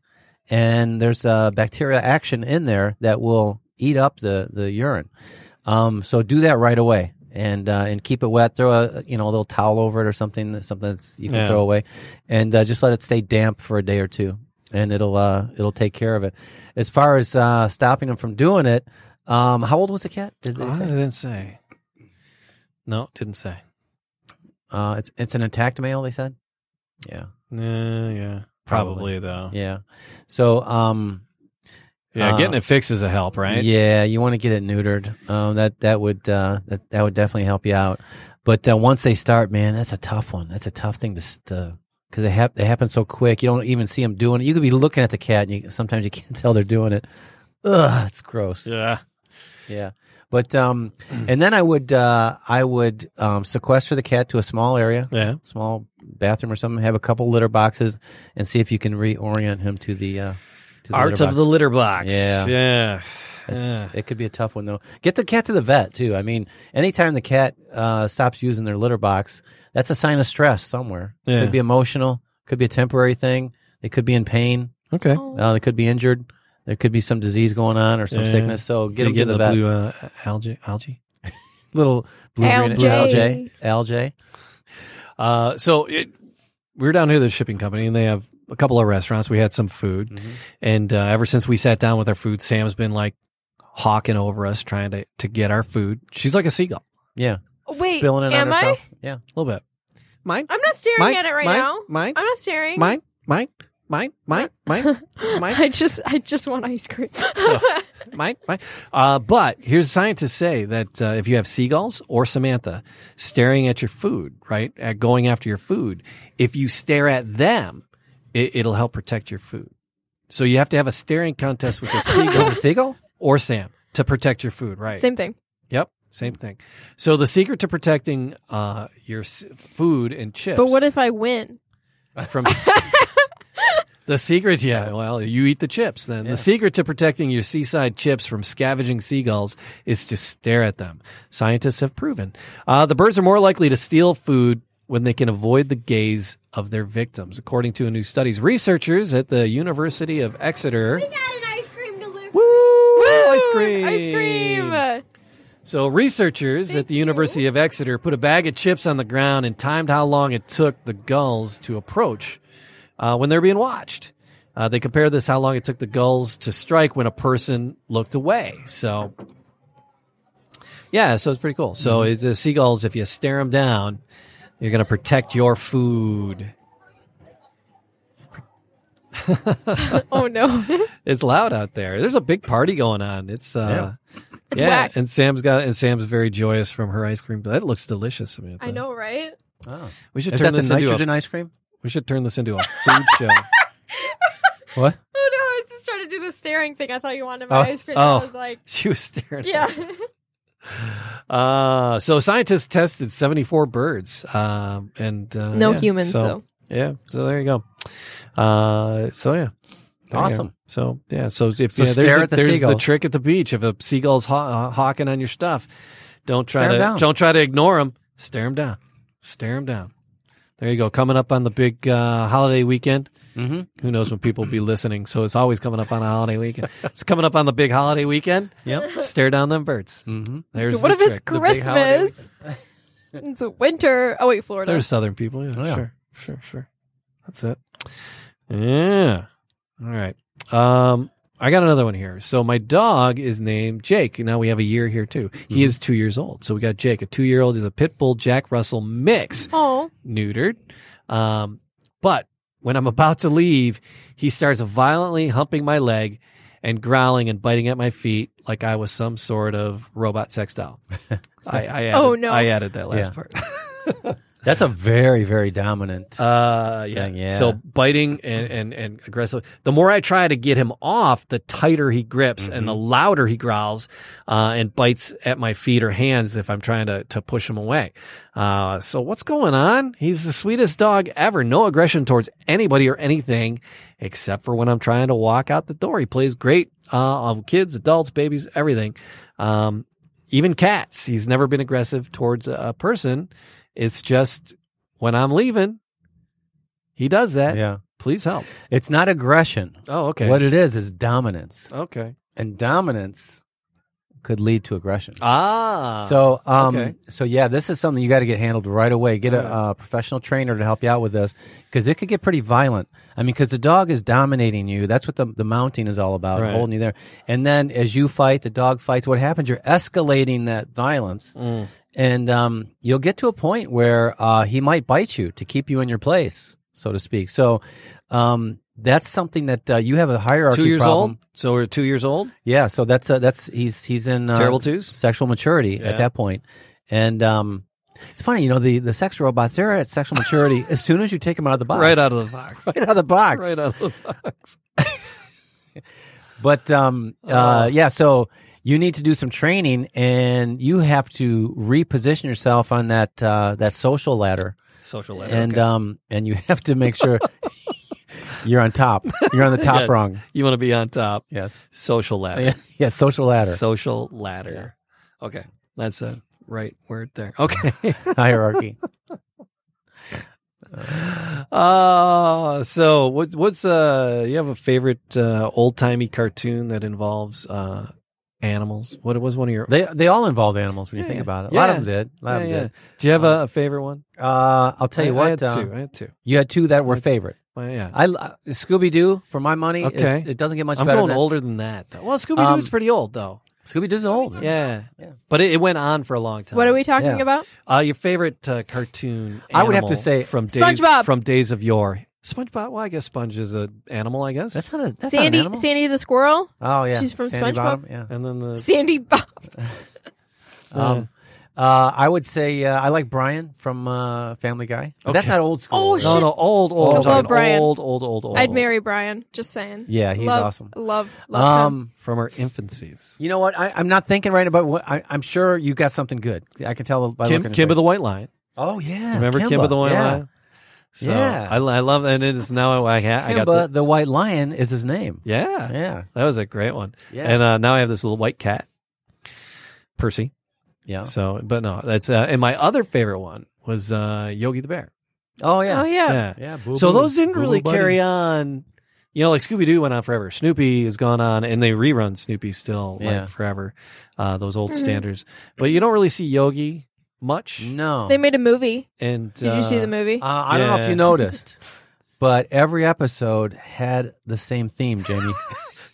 Speaker 3: and there's a bacteria action in there that will eat up the the urine. Um, so do that right away, and uh, and keep it wet. Throw a you know a little towel over it or something, that's something that's you can
Speaker 2: Yeah.
Speaker 3: throw away, and uh, just let it stay damp for a day or two, and it'll uh, it'll take care of it. As far as uh, stopping them from doing it, um, how old was the cat? Did they
Speaker 2: I
Speaker 3: say?
Speaker 2: didn't say. No, didn't say.
Speaker 3: Uh, it's it's an intact male. They said, yeah.
Speaker 2: Yeah, yeah.
Speaker 3: Probably.
Speaker 2: Probably, though. Yeah,
Speaker 3: Yeah. So, um, Uh,
Speaker 2: getting it fixed is a help, right?
Speaker 3: Yeah, you want to get it neutered. Um, that that would uh, that that would definitely help you out. But uh, once they start, man, that's a tough one. That's a tough thing to s- to because they hap- they happen so quick. You don't even see them doing it. You could be looking at the cat, and you, sometimes you can't tell they're doing it. Ugh, it's gross.
Speaker 2: Yeah.
Speaker 3: Yeah. But um, and then I would uh, I would um, sequester the cat to a small area,
Speaker 2: Yeah.
Speaker 3: small bathroom or something. Have a couple litter boxes and see if you can reorient him to the. Uh, to the
Speaker 2: Art
Speaker 3: litter
Speaker 2: of
Speaker 3: box.
Speaker 2: the litter box.
Speaker 3: Yeah.
Speaker 2: Yeah.
Speaker 3: That's,
Speaker 2: Yeah.
Speaker 3: It could be a tough one though. Get the cat to the vet too. I mean, anytime the cat uh, stops using their litter box, that's a sign of stress somewhere.
Speaker 2: Yeah.
Speaker 3: Could be emotional. Could be a temporary thing. They could be in pain.
Speaker 2: Okay.
Speaker 4: Oh.
Speaker 3: Uh, they could be injured. There could be some disease going on or some
Speaker 2: Yeah.
Speaker 3: sickness. So get them
Speaker 2: Did
Speaker 3: to
Speaker 2: you
Speaker 3: the, vet.
Speaker 2: blue uh, algae. algae?
Speaker 3: Little blue green-
Speaker 4: Algae.
Speaker 3: algae. Algae.
Speaker 2: Uh, so it, we were down here, at the shipping company, and they have a couple of restaurants. We had some food, and uh, ever since we sat down with our food, Sam's been like hawking over us, trying to to get our food. She's like a seagull,
Speaker 3: Yeah.
Speaker 4: Wait,
Speaker 3: Spilling it
Speaker 4: am
Speaker 3: on
Speaker 4: I?
Speaker 3: herself. Yeah.
Speaker 2: a little bit. Mine,
Speaker 4: I'm not staring
Speaker 2: mine,
Speaker 4: at it right
Speaker 2: mine,
Speaker 4: now.
Speaker 2: Mine,
Speaker 4: I'm not staring.
Speaker 2: mine, mine, mine, mine, mine. Mine?
Speaker 4: I just, I just want ice cream.
Speaker 2: So- Mike, Mike. Uh, but here's scientists say that uh, if you have seagulls or Samantha staring at your food, right, at going after your food, if you stare at them, it, it'll help protect your food. So you have to have a staring contest with a seagull
Speaker 3: Little seagull.
Speaker 2: or Sam to protect your food, right?
Speaker 4: Same thing.
Speaker 2: Yep, same thing. So the secret to protecting uh, your s- food and chips
Speaker 4: But what if I win?
Speaker 2: from the secret yeah well you eat the chips then
Speaker 3: Yeah.
Speaker 2: the secret to protecting your seaside chips from scavenging seagulls is to stare at them scientists have proven uh, the birds are more likely to steal food when they can avoid the gaze of their victims according to a new studies researchers at the university of exeter
Speaker 5: got an ice cream delivery.
Speaker 2: Woo! ice
Speaker 4: Ooh,
Speaker 2: cream
Speaker 4: Ice cream.
Speaker 2: so researchers at the University of Exeter put a bag of chips on the ground and timed how long it took the gulls to approach uh, when they're being watched. Uh, they compared this how long it took the gulls to strike when a person looked away. So, yeah, so it's pretty cool. So it's uh, seagulls. If you stare them down, you're going to protect your food.
Speaker 4: Oh no.
Speaker 2: It's loud out there. There's a big party going on. It's uh,
Speaker 4: It's
Speaker 2: yeah,
Speaker 4: whack.
Speaker 2: and Sam's got and Sam's very joyous from her ice cream. That looks delicious, Samantha.
Speaker 4: I know, right?
Speaker 3: Oh.
Speaker 2: We should
Speaker 3: Is
Speaker 2: turn
Speaker 3: that the
Speaker 2: this into a
Speaker 3: nitrogen ice cream?
Speaker 2: We should turn this into a food show.
Speaker 3: What?
Speaker 4: Oh no, I was just trying to do the staring thing. I thought you wanted
Speaker 3: Oh.
Speaker 4: my ice cream.
Speaker 2: Oh.
Speaker 4: I was like,
Speaker 2: She was staring. at
Speaker 4: yeah.
Speaker 2: Uh, so scientists tested 74 birds. Um, and uh,
Speaker 4: No
Speaker 2: yeah,
Speaker 4: humans,
Speaker 2: so,
Speaker 4: though.
Speaker 2: Yeah. So there you go. Uh, so yeah. There you
Speaker 3: Awesome.
Speaker 2: go. So yeah. So if
Speaker 3: So
Speaker 2: yeah, there's,
Speaker 3: stare
Speaker 2: a-
Speaker 3: at the
Speaker 2: there's
Speaker 3: seagulls.
Speaker 2: trick at the beach. If a seagull's haw- uh, hawking on your stuff, don't try
Speaker 3: Stare 'em
Speaker 2: to
Speaker 3: down.
Speaker 2: don't try to ignore them. Stare them down. Stare them down. There you go. Coming up on the big uh, holiday weekend.
Speaker 3: Mm-hmm.
Speaker 2: Who knows when people will be listening? So it's always coming up on a holiday weekend. it's coming up on the big holiday weekend.
Speaker 3: Yep.
Speaker 2: Stare down them birds.
Speaker 3: Mm-hmm.
Speaker 2: There's
Speaker 4: what
Speaker 2: the
Speaker 4: if it's
Speaker 2: trick, the big holiday weekend.
Speaker 4: Christmas? it's winter. Oh wait, Florida.
Speaker 2: There's Southern people. Yeah,
Speaker 3: Oh, yeah.
Speaker 2: sure, sure, sure. That's it. Yeah. All right. Um, I got another one here. So my dog is named Jake. Now we have a year here too.
Speaker 4: Mm-hmm.
Speaker 2: He is two years old. So we got Jake, a two-year-old, is a pit bull Jack Russell mix,
Speaker 4: oh,
Speaker 2: neutered. Um, but When I'm about to leave, he starts violently humping my leg and growling and biting at my feet like I was some sort of robot sex doll. I, I added,
Speaker 4: Oh, no.
Speaker 2: I added that last
Speaker 3: Yeah.
Speaker 2: part.
Speaker 3: That's a very, very dominant.
Speaker 2: Uh, yeah.
Speaker 3: Thing, yeah.
Speaker 2: So biting and, and, and aggressive. The more I try to get him off, the tighter he grips and the louder he growls uh, and bites at my feet or hands if I'm trying to, to push him away. Uh, so what's going on? He's the sweetest dog ever. No aggression towards anybody or anything except for when I'm trying to walk out the door. He plays great uh, on kids, adults, babies, everything. Um, even cats. He's never been aggressive towards a- a person. It's just when I'm leaving, he does that.
Speaker 3: yeah.
Speaker 2: Please help.
Speaker 3: It's not aggression.
Speaker 2: Oh, okay.
Speaker 3: What it is is dominance.
Speaker 2: Okay.
Speaker 3: And dominance could lead to aggression.
Speaker 2: Ah.
Speaker 3: So, um,
Speaker 2: okay.
Speaker 3: so yeah, this is something you got to get handled right away. Get a
Speaker 2: Alright.
Speaker 3: uh, professional trainer to help you out with this because it could get pretty violent. I mean, because the dog is dominating you. That's what the the mounting is all about,
Speaker 2: Right.
Speaker 3: holding you there. And then as you fight, the dog fights. What happens? You're escalating that violence,
Speaker 2: Mm.
Speaker 3: and um, you'll get to a point where uh, he might bite you to keep you in your place, so to speak. So, um, that's something that uh, you have a hierarchy.
Speaker 2: two years
Speaker 3: problem.
Speaker 2: old. So we're two years old.
Speaker 3: Yeah, so that's uh, that's he's he's in uh,
Speaker 2: Terrible twos?
Speaker 3: sexual maturity
Speaker 2: Yeah.
Speaker 3: at that point, and um, it's funny, you know, the the sex robots they're at sexual maturity as soon as you take them out of the box,
Speaker 2: Right out of the box.
Speaker 3: right out of the box,
Speaker 2: right out of the box.
Speaker 3: But um,
Speaker 2: Oh.
Speaker 3: uh, yeah, so you need to do some training, and you have to reposition yourself on that uh, that social ladder,
Speaker 2: Social ladder.
Speaker 3: and
Speaker 2: okay.
Speaker 3: um, and you have to make sure you're on top, you're on the top
Speaker 2: Yes.
Speaker 3: rung,
Speaker 2: You want to be on top.
Speaker 3: yes,
Speaker 2: Social ladder.
Speaker 3: yeah, yeah, social ladder
Speaker 2: Social ladder. Okay. That's a right word there. Okay.
Speaker 3: hierarchy.
Speaker 2: uh, so what, what's, uh, you have a favorite, uh, old timey cartoon that involves, uh, animals? What was one of your,
Speaker 3: They they all involved animals when you
Speaker 2: Yeah,
Speaker 3: think
Speaker 2: yeah.
Speaker 3: about it. A lot of
Speaker 2: Yeah.
Speaker 3: them did. A lot of them
Speaker 2: Yeah, yeah.
Speaker 3: did.
Speaker 2: do you have a, a favorite one?
Speaker 3: Uh, I'll Um, tell you
Speaker 2: I- I
Speaker 3: what.
Speaker 2: had
Speaker 3: um,
Speaker 2: two. I had two.
Speaker 3: you had two that were favorite.
Speaker 2: Well, yeah.
Speaker 3: I Scooby Doo for my money. is-
Speaker 2: Okay.
Speaker 3: it doesn't get much
Speaker 2: I'm
Speaker 3: better.
Speaker 2: going
Speaker 3: than
Speaker 2: older than that. Though. Well, Scooby Doo's
Speaker 3: Um,
Speaker 2: pretty old though.
Speaker 3: Scooby Doo's old.
Speaker 2: Yeah.
Speaker 3: Yeah.
Speaker 2: But it, it went on for a long time.
Speaker 4: What are we talking
Speaker 3: Yeah.
Speaker 4: about?
Speaker 2: Uh, your favorite uh, cartoon?
Speaker 3: I would have
Speaker 2: animal
Speaker 3: to say-
Speaker 2: from
Speaker 4: SpongeBob.
Speaker 2: Days, from Days of Yore. SpongeBob. Well, I guess Sponge is an animal. I guess.
Speaker 3: That's not a that's
Speaker 4: Sandy,
Speaker 3: Not an animal.
Speaker 4: Sandy the squirrel.
Speaker 3: oh yeah,
Speaker 4: she's from
Speaker 3: Sandy
Speaker 4: SpongeBob.
Speaker 3: Bottom, Yeah.
Speaker 2: and then the
Speaker 4: Sandy Bob.
Speaker 3: Um, uh, I would say uh, I like Brian from uh, Family Guy. But That's
Speaker 2: Okay.
Speaker 3: not old school.
Speaker 4: Oh,
Speaker 3: right?
Speaker 4: shit.
Speaker 2: no, no, old, old,
Speaker 3: I
Speaker 2: I'm talking
Speaker 4: love Brian.
Speaker 2: old, old, old, old.
Speaker 4: I'd marry Brian. Just saying.
Speaker 3: Yeah, he's
Speaker 4: Love-
Speaker 3: awesome.
Speaker 4: Love, love him.
Speaker 3: Um,
Speaker 2: from our infancies.
Speaker 3: you know what? I, I'm not thinking right about what. I, I'm sure you got something good. I can tell by
Speaker 2: Kim,
Speaker 3: looking.
Speaker 2: Kimba the White Lion.
Speaker 3: Oh yeah,
Speaker 2: Remember Kimba the White
Speaker 3: yeah.
Speaker 2: Lion? So,
Speaker 3: Yeah.
Speaker 2: I, I love and it is now I, ha- I
Speaker 3: Kimba
Speaker 2: got the,
Speaker 3: the, White Lion is his name.
Speaker 2: yeah
Speaker 3: Yeah,
Speaker 2: That was a great one.
Speaker 3: Yeah.
Speaker 2: And uh, now I have this little white cat, Percy.
Speaker 3: yeah.
Speaker 2: So, but no, that's uh, and my other favorite one was uh, Yogi the Bear.
Speaker 3: Oh yeah.
Speaker 4: Oh yeah.
Speaker 3: Yeah. Boo
Speaker 2: So
Speaker 3: Boo.
Speaker 2: those didn't
Speaker 3: Boo Boo
Speaker 2: really
Speaker 3: Buddy.
Speaker 2: carry on. You know, like Scooby Doo went on forever. Snoopy has gone on, and they rerun Snoopy still like
Speaker 3: Yeah.
Speaker 2: forever. Uh, those old
Speaker 4: Mhm.
Speaker 2: standards, but you don't really see Yogi much.
Speaker 3: No.
Speaker 4: They made a movie.
Speaker 2: And
Speaker 4: Did you see
Speaker 2: uh,
Speaker 4: the movie?
Speaker 3: uh, I don't know if
Speaker 2: Yeah.
Speaker 3: you noticed, but every episode had the same theme, Jamie.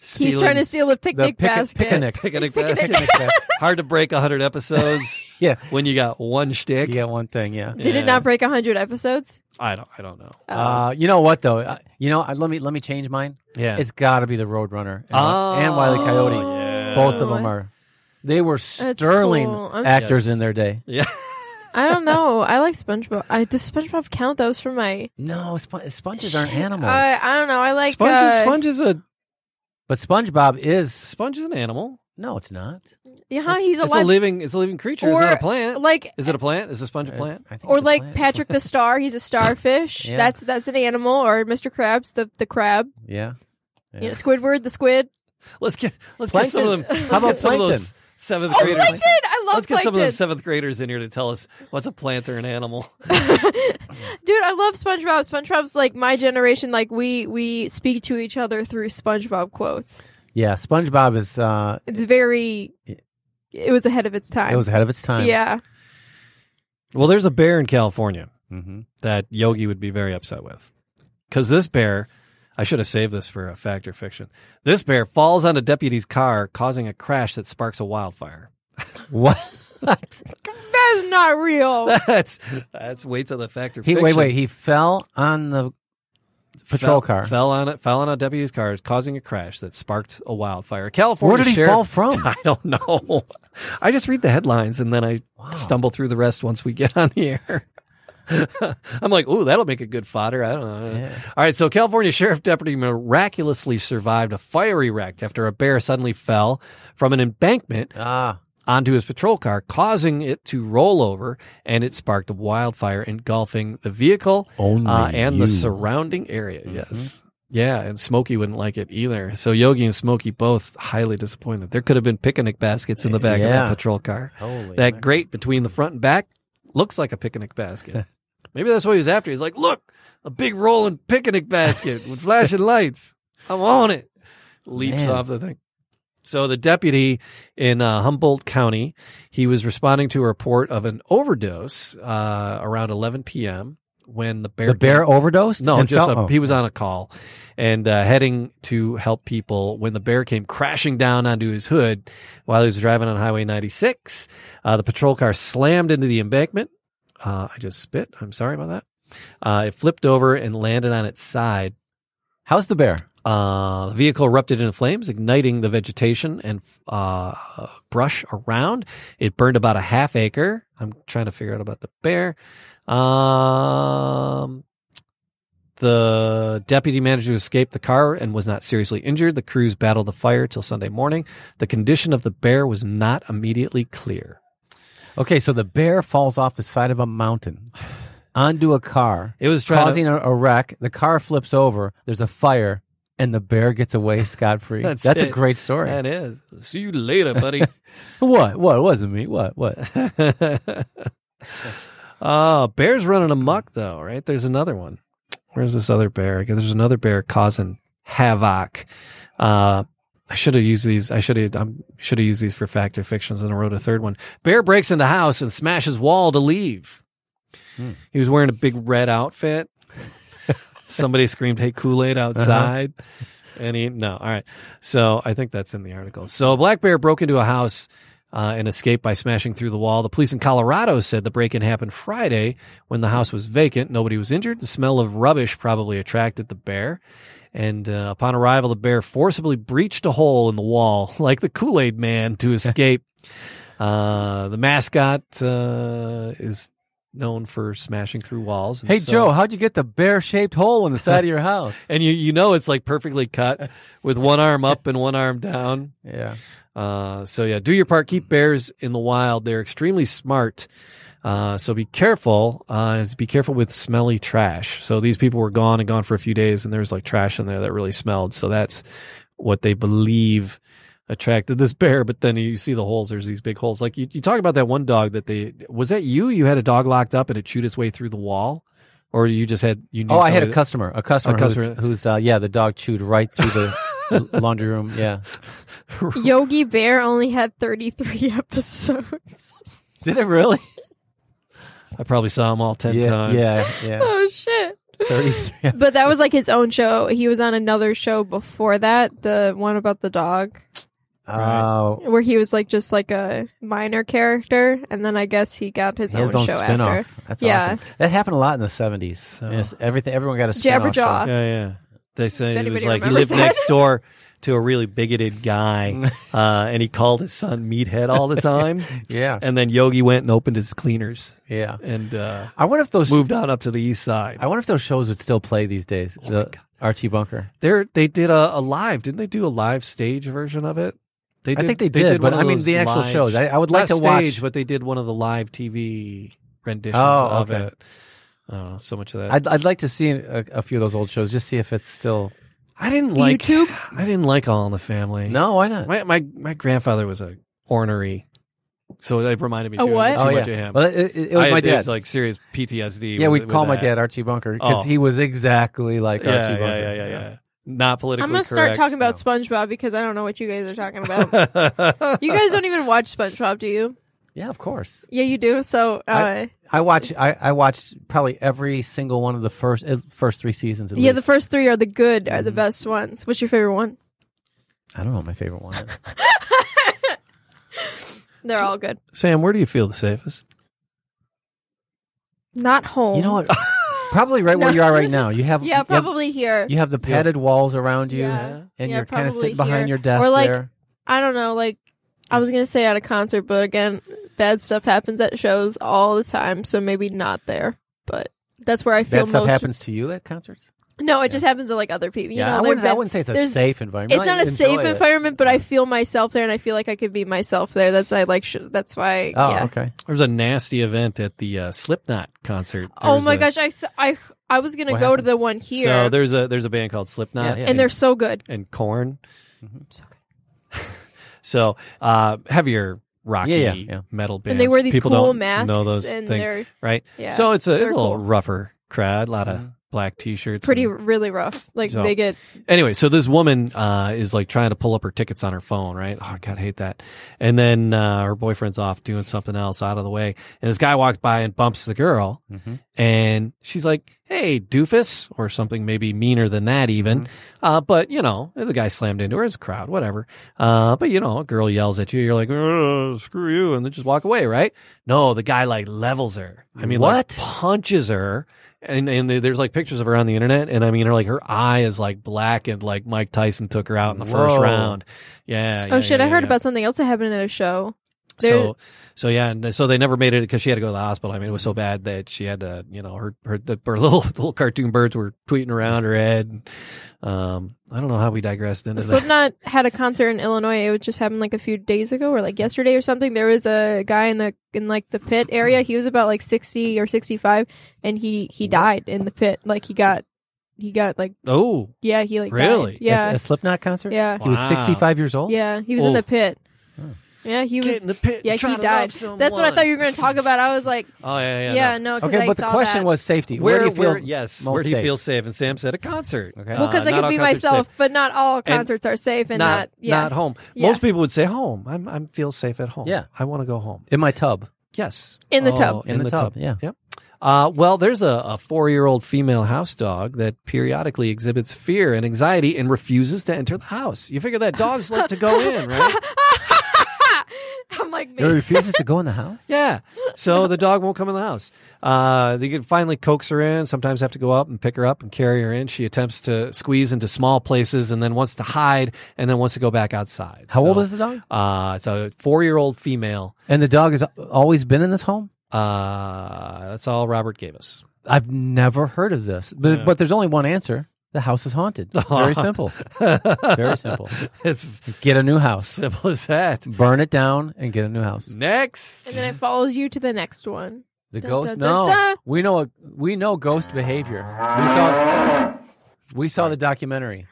Speaker 4: He's
Speaker 2: stealing
Speaker 4: trying to steal a
Speaker 3: the
Speaker 4: picnic
Speaker 3: pic-
Speaker 4: basket.
Speaker 3: picnic.
Speaker 2: picnic basket. Hard to break hundred episodes
Speaker 3: yeah.
Speaker 2: when you got one shtick.
Speaker 3: You got one thing, yeah.
Speaker 4: Did
Speaker 2: Yeah.
Speaker 4: it not break hundred episodes?
Speaker 2: I don't. I don't know.
Speaker 4: Oh.
Speaker 3: Uh, you know what though? Uh, You know, I, let me let me change mine.
Speaker 2: Yeah.
Speaker 3: It's got to be the Roadrunner and,
Speaker 2: Oh,
Speaker 3: and Wiley Coyote.
Speaker 2: yeah.
Speaker 3: Both of them are. They were sterling
Speaker 4: cool. I'm
Speaker 3: actors
Speaker 2: s-
Speaker 3: in their day.
Speaker 2: yeah.
Speaker 4: I don't know. I like SpongeBob. I does SpongeBob count? That was from my.
Speaker 3: No, spon- sponges aren't animals.
Speaker 4: I I don't know. I like.
Speaker 2: sponge, is,
Speaker 4: uh,
Speaker 2: sponge is a
Speaker 3: but SpongeBob is.
Speaker 2: sponge is an animal.
Speaker 3: No, it's not.
Speaker 4: Yeah, he's
Speaker 2: It's a
Speaker 4: alive.
Speaker 2: living. It's a living creature. it's
Speaker 4: Or,
Speaker 2: not a plant.
Speaker 4: Like
Speaker 2: is it a plant? Is a sponge a plant?
Speaker 3: I think
Speaker 4: or
Speaker 3: it's a
Speaker 4: like
Speaker 3: plant.
Speaker 4: Patrick the Star, he's a starfish.
Speaker 3: Yeah.
Speaker 4: That's that's an animal. Or Mr. Krabs, the the crab.
Speaker 3: Yeah.
Speaker 4: You know, Squidward, the squid.
Speaker 2: Let's get let's get some of them.
Speaker 3: Plankton.
Speaker 2: let's
Speaker 3: How about
Speaker 2: get some of those
Speaker 3: plankton?
Speaker 2: seventh
Speaker 4: Oh,
Speaker 2: graders.
Speaker 4: plankton! I love
Speaker 2: let's get some of them
Speaker 4: plankton,
Speaker 2: seventh graders in here to tell us what's a plant or an animal.
Speaker 4: dude. I love SpongeBob. SpongeBob's like my generation. Like we we speak to each other through SpongeBob quotes.
Speaker 3: Yeah, SpongeBob is uh
Speaker 4: It's very. It was ahead of its time.
Speaker 3: it was ahead of its time.
Speaker 4: Yeah.
Speaker 2: Well, there's a bear in California
Speaker 3: Mm-hmm.
Speaker 2: that Yogi would be very upset with, because this bear. I should have saved this for a fact or fiction. This bear falls on a deputy's car, causing a crash that sparks a wildfire.
Speaker 3: What?
Speaker 4: That's not real.
Speaker 2: That's that's wait till the fact or
Speaker 3: he
Speaker 2: fiction.
Speaker 3: wait wait, he fell on the
Speaker 2: fell,
Speaker 3: patrol car.
Speaker 2: fell on it, fell on a deputy's car, causing a crash that sparked a wildfire. California.
Speaker 3: Where did he
Speaker 2: sheriff-
Speaker 3: fall from?
Speaker 2: I don't know. I just read the headlines and then I stumble through the rest once we get on the air. I'm like, ooh, that'll make a good fodder. I don't know.
Speaker 3: Yeah.
Speaker 2: All right, so California Sheriff Deputy miraculously survived a fiery wreck after a bear suddenly fell from an embankment
Speaker 3: Ah,
Speaker 2: onto his patrol car, causing it to roll over, and it sparked a wildfire engulfing the vehicle
Speaker 3: only
Speaker 2: uh, and the
Speaker 3: you. Mm-hmm.
Speaker 2: surrounding area. Yes. Yeah, and Smokey wouldn't like it either. So Yogi and Smokey both highly disappointed. There could have been picnic baskets in the back of
Speaker 3: Yeah.
Speaker 2: that patrol car. That
Speaker 3: Holy mackerel.
Speaker 2: grate between the front and back looks like a picnic basket. Maybe that's what he was after. He's like, look, a big rolling picnic basket with flashing lights. I'm on it. Leaps
Speaker 3: Man.
Speaker 2: off the thing. So the deputy in uh, Humboldt County, he was responding to a report of an overdose uh, around 11 p.m. when the bear
Speaker 3: the bear overdosed.
Speaker 2: no,
Speaker 3: and
Speaker 2: just
Speaker 3: fell-
Speaker 2: a,
Speaker 3: oh.
Speaker 2: he was on a call and uh, heading to help people when the bear came crashing down onto his hood while he was driving on Highway 96. Uh, the patrol car slammed into the embankment. Uh, I just spit. I'm sorry about that. Uh, it flipped over and landed on its side.
Speaker 3: How's the bear?
Speaker 2: Uh, the vehicle erupted into flames, igniting the vegetation and uh, brush around. It burned about a half acre. I'm trying to figure out about the bear. Um, the deputy managed to escape the car and was not seriously injured. The crews battled the fire till Sunday morning. The condition of the bear was not immediately clear.
Speaker 3: Okay, so the bear falls off the side of a mountain onto a car,
Speaker 2: It was trying to-
Speaker 3: causing a, a wreck. The car flips over. There's a fire, and the bear gets away scot free.
Speaker 2: That's
Speaker 3: That's, a
Speaker 2: it.
Speaker 3: great story.
Speaker 2: That is. See you later, buddy.
Speaker 3: What? What It wasn't me? What? What?
Speaker 2: Oh, bears running amok though, right? There's another one. Where's this other bear? I guess there's another bear causing havoc. Uh, I should have used these. I should have. Um, should have used these for fact or fictions, and I wrote a third one. Bear breaks into house and smashes wall to leave. He was wearing a big red outfit. Somebody screamed, "Hey, Kool
Speaker 3: Uh-huh.
Speaker 2: Aid outside!" And he no. All right. So I think that's in the article. So a black bear broke into a house uh, and escaped by smashing through the wall. The police in Colorado said the break in happened Friday when the house was vacant. Nobody was injured. The smell of rubbish probably attracted the bear. And uh, upon arrival, the bear forcibly breached a hole in the wall like the Kool Aid man to escape. uh, the mascot uh, is known for smashing through walls. and
Speaker 3: Hey,
Speaker 2: so-
Speaker 3: Joe, how'd you get the bear-shaped hole in the side of your house?
Speaker 2: And you, you know it's like perfectly cut with one arm up and one arm down.
Speaker 3: yeah.
Speaker 2: Uh, so yeah, do your part. Keep bears in the wild. They're extremely smart. Uh, so be careful. Uh, be careful with smelly trash. So these people were gone and gone for a few days, and there was like trash in there that really smelled. So that's what they believe attracted this bear. But then you see the holes. There's these big holes. Like you, you talk about that one dog that they was that you. You had a dog locked up and it chewed its way through the wall, or you just had you. Knew
Speaker 3: Oh, I had
Speaker 2: somebody
Speaker 3: a
Speaker 2: that-
Speaker 3: customer, a customer,
Speaker 2: customer.
Speaker 3: who's, who's uh, yeah, the dog chewed right through the laundry room. Yeah.
Speaker 4: Yogi Bear only had 33 episodes.
Speaker 3: Did it really?
Speaker 2: I probably saw him all ten
Speaker 3: yeah,
Speaker 2: times.
Speaker 3: yeah, yeah.
Speaker 4: oh shit.
Speaker 3: Thirty-three.
Speaker 4: But that was like his own show. He was on another show before that, the one about the dog,
Speaker 3: Oh,
Speaker 4: where he was like just like a minor character, and then I guess he got his,
Speaker 3: his
Speaker 4: own,
Speaker 3: own
Speaker 4: show
Speaker 3: spinoff.
Speaker 4: after.
Speaker 3: That's
Speaker 4: Yeah.
Speaker 3: awesome. That happened a lot in the seventies. Yes, everything, everyone got a spinoff.
Speaker 4: Jabberjaw.
Speaker 2: Yeah, yeah. They say
Speaker 4: If
Speaker 2: it was
Speaker 4: anybody
Speaker 2: like he
Speaker 4: remembers
Speaker 2: lived
Speaker 4: that.
Speaker 2: next door to a really bigoted guy, uh, and he called his son Meathead all the time.
Speaker 3: show. Yeah,
Speaker 2: and then Yogi went and opened his cleaners
Speaker 3: yeah.
Speaker 2: and uh,
Speaker 3: I wonder if those.
Speaker 2: moved on up to the east side.
Speaker 3: I wonder if those shows would still play these days.
Speaker 2: Oh
Speaker 3: the Archie Bunker.
Speaker 2: There, they did a, a live, didn't they? Do a live stage version of it. They
Speaker 3: I think they did,
Speaker 2: one
Speaker 3: but
Speaker 2: of
Speaker 3: I mean
Speaker 2: those
Speaker 3: the actual
Speaker 2: live-
Speaker 3: shows. I, I would like
Speaker 2: not
Speaker 3: to
Speaker 2: stage,
Speaker 3: watch.
Speaker 2: but they did one of the live TV renditions
Speaker 3: Oh,
Speaker 2: of
Speaker 3: okay.
Speaker 2: it. I don't know so much of that.
Speaker 3: I'd, I'd like to see a, a few of those old shows, just see if it's still.
Speaker 2: I didn't like.
Speaker 4: YouTube?
Speaker 2: I didn't like All in the Family.
Speaker 3: No, why not?
Speaker 2: My my my grandfather was a ornery, so it reminded me
Speaker 4: A
Speaker 2: too,
Speaker 4: what?
Speaker 2: too
Speaker 3: oh
Speaker 2: much
Speaker 3: yeah,
Speaker 2: of him.
Speaker 3: well, it, it- it was
Speaker 2: I-
Speaker 3: my
Speaker 2: there's,
Speaker 3: dad.
Speaker 2: like serious PTSD.
Speaker 3: yeah,
Speaker 2: with-
Speaker 3: we'd
Speaker 2: with
Speaker 3: call my
Speaker 2: that.
Speaker 3: dad Archie Bunker because
Speaker 2: Oh.
Speaker 3: he was exactly like
Speaker 2: Yeah,
Speaker 3: Archie
Speaker 2: yeah,
Speaker 3: Bunker.
Speaker 2: yeah, yeah, yeah. Not politically.
Speaker 4: I'm gonna start
Speaker 2: correct.
Speaker 4: talking about SpongeBob because I don't know what you guys are talking about.
Speaker 2: about.
Speaker 4: you guys don't even watch SpongeBob, do you?
Speaker 3: Yeah, of course.
Speaker 4: Yeah, you do. So, uh,
Speaker 3: I- I watch. I, I watched probably every single one of the first uh, first three seasons. At
Speaker 4: yeah,
Speaker 3: least.
Speaker 4: the first three are the good, are
Speaker 3: Mm-hmm.
Speaker 4: the best ones. What's your favorite one?
Speaker 3: I don't know what my favorite one. Is.
Speaker 4: They're all good.
Speaker 2: Sam, where do you feel the safest?
Speaker 4: Not home.
Speaker 3: you know what? Probably right where
Speaker 4: No.
Speaker 3: you are right now. You have you
Speaker 4: Oh. yeah,
Speaker 3: have-
Speaker 4: probably here.
Speaker 3: You have the padded walls around you,
Speaker 4: Yeah.
Speaker 3: and
Speaker 4: Yeah,
Speaker 3: you're kind of
Speaker 4: probably
Speaker 3: sitting behind
Speaker 4: here.
Speaker 3: your desk
Speaker 4: Or, like,
Speaker 3: there.
Speaker 4: I don't know, like I was gonna say at a concert, but again, bad stuff happens at shows all the time, so maybe not there. But that's where I feel
Speaker 3: That stuff
Speaker 4: most.
Speaker 3: happens to you at concerts.
Speaker 4: No, it just happens to like other people. You know,
Speaker 3: I
Speaker 4: they've
Speaker 3: wouldn't, I
Speaker 4: been-
Speaker 3: wouldn't say it's a
Speaker 4: there's-
Speaker 3: safe environment.
Speaker 4: it's
Speaker 3: I
Speaker 4: not a
Speaker 3: enjoy
Speaker 4: safe
Speaker 3: it.
Speaker 4: environment, but I feel myself there, and I feel like I could be myself there. That's I like. Sh- that's why.
Speaker 3: Oh,
Speaker 4: yeah.
Speaker 3: okay.
Speaker 2: There was a nasty event at the uh, Slipknot concert. There
Speaker 4: Oh
Speaker 2: was
Speaker 4: my
Speaker 2: a-
Speaker 4: gosh, I, s- I I was gonna
Speaker 3: What
Speaker 4: go
Speaker 3: happened?
Speaker 4: to the one here,
Speaker 2: So there's a there's a band called Slipknot,
Speaker 3: Yeah, Mm-hmm. yeah.
Speaker 4: and they're so good.
Speaker 2: and Corn. So uh, heavier rocky
Speaker 3: Yeah, yeah, yeah.
Speaker 2: metal bands.
Speaker 4: And they wear these
Speaker 2: People
Speaker 4: cool
Speaker 2: don't
Speaker 4: masks,
Speaker 2: Know those
Speaker 4: and
Speaker 2: things,
Speaker 4: they're
Speaker 2: right?
Speaker 4: yeah,
Speaker 2: so it's a it's a
Speaker 4: they're
Speaker 2: little
Speaker 4: cool.
Speaker 2: rougher crowd. A lot of black t-shirts.
Speaker 4: pretty
Speaker 2: and-
Speaker 4: really rough. Like
Speaker 2: So-
Speaker 4: they get
Speaker 2: anyway, so this woman uh, is like trying to pull up her tickets on her phone, right? Oh, God, I hate that. And then uh, her boyfriend's off doing something else out of the way. And this guy walks by and bumps the girl. And she's like, hey, doofus, or something maybe meaner than that, even. Uh, but, you know, the guy slammed into her. It's a crowd, whatever. Uh, but, you know, a girl yells at you. You're like, "Ugh, screw you. And then just walk away, right? No, the guy like levels her. I mean, like,
Speaker 3: What?
Speaker 2: punches her and and there- there's like pictures of her on the internet, and I mean, her like her eye is like black, and like Mike Tyson took her out in the first
Speaker 3: Whoa.
Speaker 2: round. Yeah.
Speaker 4: oh
Speaker 2: yeah,
Speaker 4: shit!
Speaker 2: yeah,
Speaker 4: I heard
Speaker 2: yeah.
Speaker 4: about something else that happened at a show.
Speaker 2: So so yeah, and th- so they never made it because she had to go to the hospital. I mean, it was so bad that she had to, you know, her her, the, her little little cartoon birds were tweeting around her head. Um, I don't know how we digressed into that.
Speaker 4: Slipknot had a concert in Illinois. It would just happened like a few days ago, or like yesterday or something. There was a guy in the in like the pit area. He was about like sixty or sixty five, and he he died in the pit. Like he got he got like
Speaker 2: Oh,
Speaker 4: yeah he like
Speaker 2: Really?
Speaker 4: died. yeah
Speaker 3: A, a Slipknot concert.
Speaker 4: yeah
Speaker 3: He was
Speaker 2: Wow.
Speaker 3: 65 years old.
Speaker 4: yeah he was in
Speaker 2: Oh.
Speaker 4: the pit. Yeah, he was.
Speaker 2: pit.
Speaker 4: yeah, he died. That's what I thought you were going to talk about. I was like,
Speaker 2: Oh yeah, yeah.
Speaker 4: yeah,
Speaker 2: no.
Speaker 4: no. 'cause
Speaker 3: Okay,
Speaker 4: I
Speaker 3: but the
Speaker 4: saw
Speaker 3: question
Speaker 4: that.
Speaker 3: was safety.
Speaker 2: Where,
Speaker 3: do you feel
Speaker 2: where- yes,
Speaker 3: most
Speaker 2: where do you
Speaker 3: safe?
Speaker 2: feel safe? And Sam said a concert.
Speaker 3: Okay.
Speaker 4: well, because
Speaker 2: Uh,
Speaker 4: I
Speaker 2: not
Speaker 4: could
Speaker 2: all
Speaker 4: be
Speaker 2: concerts
Speaker 4: myself,
Speaker 2: safe.
Speaker 4: but not all concerts are safe, and not, yeah.
Speaker 2: not home.
Speaker 4: Yeah.
Speaker 2: Most people would say home. I'm I'm feel safe at home.
Speaker 3: Yeah.
Speaker 2: I want to go home.
Speaker 3: in my tub?
Speaker 2: Yes,
Speaker 4: In the tub.
Speaker 2: in, the, tub.
Speaker 3: Yeah.
Speaker 2: Yep. Uh, well, there's a, a four year old female house dog that periodically exhibits fear and anxiety and refuses to enter the house. You figure that dogs like to go in, right?
Speaker 4: I'm like,
Speaker 3: It refuses to go in the house.
Speaker 2: Yeah. So the dog won't come in the house. Uh, they can finally coax her in. Sometimes have to go up and pick her up and carry her in. She attempts to squeeze into small places and then wants to hide and then wants to go back outside.
Speaker 3: How
Speaker 2: So,
Speaker 3: old is the dog?
Speaker 2: Uh, it's a four year old female.
Speaker 3: And the dog has always been in this home.
Speaker 2: Uh, that's all Robert gave us.
Speaker 3: I've never heard of this, but, but there's only one answer: the house is haunted. Very simple. Very simple.
Speaker 2: It's
Speaker 3: Get a new house.
Speaker 2: simple as that.
Speaker 3: Burn it down and get a new house.
Speaker 2: Next.
Speaker 4: and then it follows you to the next one.
Speaker 3: The
Speaker 4: Dun,
Speaker 3: ghost.
Speaker 4: dun, dun,
Speaker 3: no,
Speaker 4: dun.
Speaker 3: we know we know ghost behavior. We saw we saw the documentary.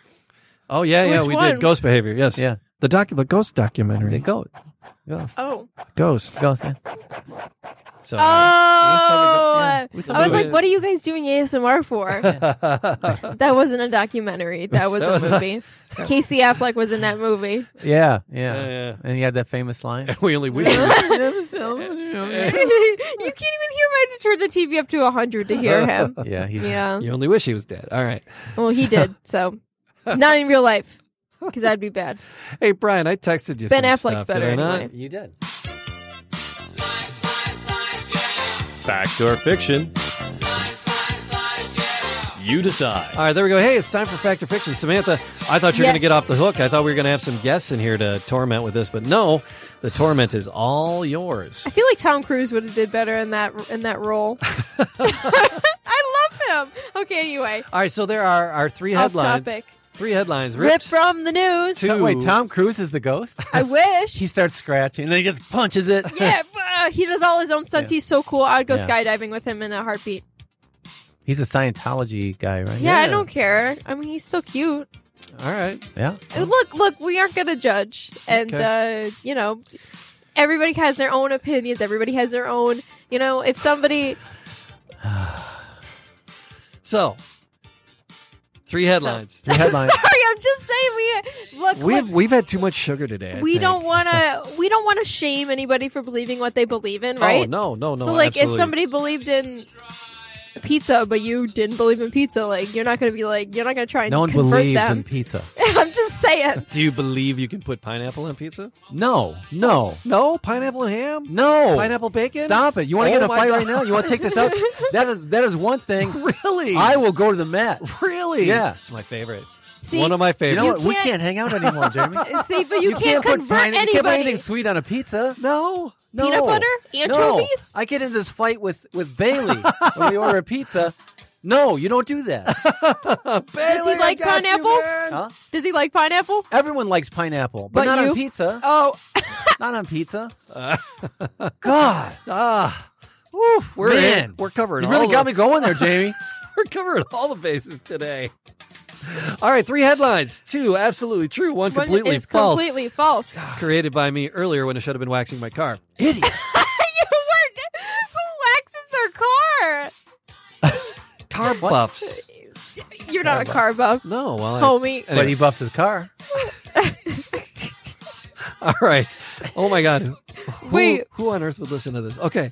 Speaker 2: oh yeah, yeah,
Speaker 4: Which
Speaker 2: we
Speaker 4: one?
Speaker 2: did ghost behavior. Yes.
Speaker 3: Yeah,
Speaker 2: The docu- the ghost
Speaker 3: the
Speaker 2: documentary.
Speaker 3: goat, ghost,
Speaker 4: Oh,
Speaker 2: Ghost.
Speaker 3: ghost. Yeah.
Speaker 2: So
Speaker 4: Um, oh!
Speaker 3: We saw the- yeah, we saw
Speaker 4: I
Speaker 3: the
Speaker 4: was like,
Speaker 2: movie.
Speaker 4: what are you guys doing ASMR for? that wasn't a documentary. That was a movie. Casey Affleck was in that movie.
Speaker 3: Yeah, yeah,
Speaker 2: Yeah, yeah.
Speaker 3: And he had that famous line.
Speaker 2: we only whispered.
Speaker 4: you can't even hear him. I had to turn the TV up to hundred to hear him.
Speaker 3: yeah, he's
Speaker 4: Yeah.
Speaker 2: you only wish he was dead. All right.
Speaker 4: Well, he did. So, not in real life, because that'd be bad.
Speaker 2: Hey Brian, I texted you.
Speaker 4: Ben
Speaker 2: some
Speaker 4: Affleck's
Speaker 2: stuff,
Speaker 4: better
Speaker 2: did I not?
Speaker 4: anyway.
Speaker 3: You did.
Speaker 1: Fact or fiction? You decide.
Speaker 2: All right, there we go. Hey, it's time for fact or fiction. Samantha, I thought you were going to
Speaker 4: Yes.
Speaker 2: get off the hook. I thought we were going to have some guests in here to torment with this, but no, the torment is all yours.
Speaker 4: I feel like Tom Cruise would have did better in that in that role. I love him. Okay, anyway,
Speaker 2: All right, so there are our three
Speaker 4: Off
Speaker 2: headlines.
Speaker 4: topic.
Speaker 2: Three headlines.
Speaker 4: rip
Speaker 2: Ripped.
Speaker 4: from the news.
Speaker 2: Two-
Speaker 3: So, wait, Tom Cruise is the ghost.
Speaker 4: I wish.
Speaker 3: he starts scratching, and then he just punches it.
Speaker 4: yeah, uh, he does all his own stunts. He's so cool. I would go
Speaker 3: Yeah.
Speaker 4: skydiving with him in a heartbeat.
Speaker 3: He's a Scientology guy, right?
Speaker 4: Yeah, I
Speaker 2: Yeah.
Speaker 4: don't care. I mean, he's so cute.
Speaker 2: All right.
Speaker 3: Yeah.
Speaker 4: Uh, Look, look, we aren't going to judge. And, uh, you know, everybody has their own opinions. Everybody has their own, you know, if somebody.
Speaker 2: So, three headlines.
Speaker 3: Three headlines.
Speaker 4: Sorry, I'm just saying we. Look,
Speaker 2: We've
Speaker 4: look,
Speaker 2: we've had too much sugar today. I
Speaker 4: we
Speaker 2: think.
Speaker 4: don't want to we don't want to shame anybody for believing what they believe in,
Speaker 2: Oh
Speaker 4: right?
Speaker 2: no, no, no.
Speaker 4: so like if
Speaker 2: absolutely.
Speaker 4: somebody believed in pizza, but you didn't believe in pizza, like you're not gonna be like you're not gonna try and
Speaker 3: No one
Speaker 4: convert
Speaker 3: believes
Speaker 4: them.
Speaker 3: in pizza.
Speaker 4: I'm just saying.
Speaker 2: Do you believe you can put pineapple on pizza?
Speaker 3: No, no,
Speaker 2: No, pineapple and ham.
Speaker 3: no.
Speaker 2: Pineapple bacon.
Speaker 3: Stop it! You want to
Speaker 2: Oh
Speaker 3: get in a
Speaker 2: my
Speaker 3: fight
Speaker 2: God.
Speaker 3: right now? You want to take this out? That is that is one thing.
Speaker 2: Really?
Speaker 3: I will go to the mat.
Speaker 2: really.
Speaker 3: Yeah.
Speaker 2: it's my favorite.
Speaker 4: See,
Speaker 2: One of my
Speaker 3: You
Speaker 2: favorites.
Speaker 3: know what? We
Speaker 4: can't-
Speaker 3: can't hang out anymore, Jeremy.
Speaker 4: See, but you, can't,
Speaker 3: put
Speaker 4: convert
Speaker 3: pine-
Speaker 4: anybody.
Speaker 3: You can't put anything sweet on a pizza.
Speaker 2: no.
Speaker 3: No.
Speaker 4: Peanut butter?
Speaker 3: No.
Speaker 4: Anchovies?
Speaker 3: I get in this fight with with Bailey when we order a pizza. No, you don't do that.
Speaker 4: Does he like pineapple?
Speaker 3: Huh?
Speaker 4: Does he like pineapple?
Speaker 3: Everyone likes pineapple, but,
Speaker 4: But
Speaker 3: not
Speaker 4: you-
Speaker 3: on pizza.
Speaker 4: Oh,
Speaker 3: Not on pizza. God,
Speaker 2: Ah. Woo, we're
Speaker 3: Man.
Speaker 2: in. We're covering.
Speaker 3: you really
Speaker 2: all
Speaker 3: got
Speaker 2: the-
Speaker 3: me going there, Jamie.
Speaker 2: We're covering all the bases today. All right, three headlines. Two absolutely true. One
Speaker 4: one
Speaker 2: completely
Speaker 4: is
Speaker 2: false.
Speaker 4: completely false.
Speaker 2: Created by me earlier when I should have been waxing my car. Idiot.
Speaker 4: you work. Who waxes
Speaker 2: car buffs.
Speaker 4: their car? You're not a car buff.
Speaker 2: No, well, I-
Speaker 4: Homie.
Speaker 2: anyway.
Speaker 3: buffs his car.
Speaker 2: all right. Oh my God. Who,
Speaker 4: Wait.
Speaker 2: who on earth would listen to this? Okay.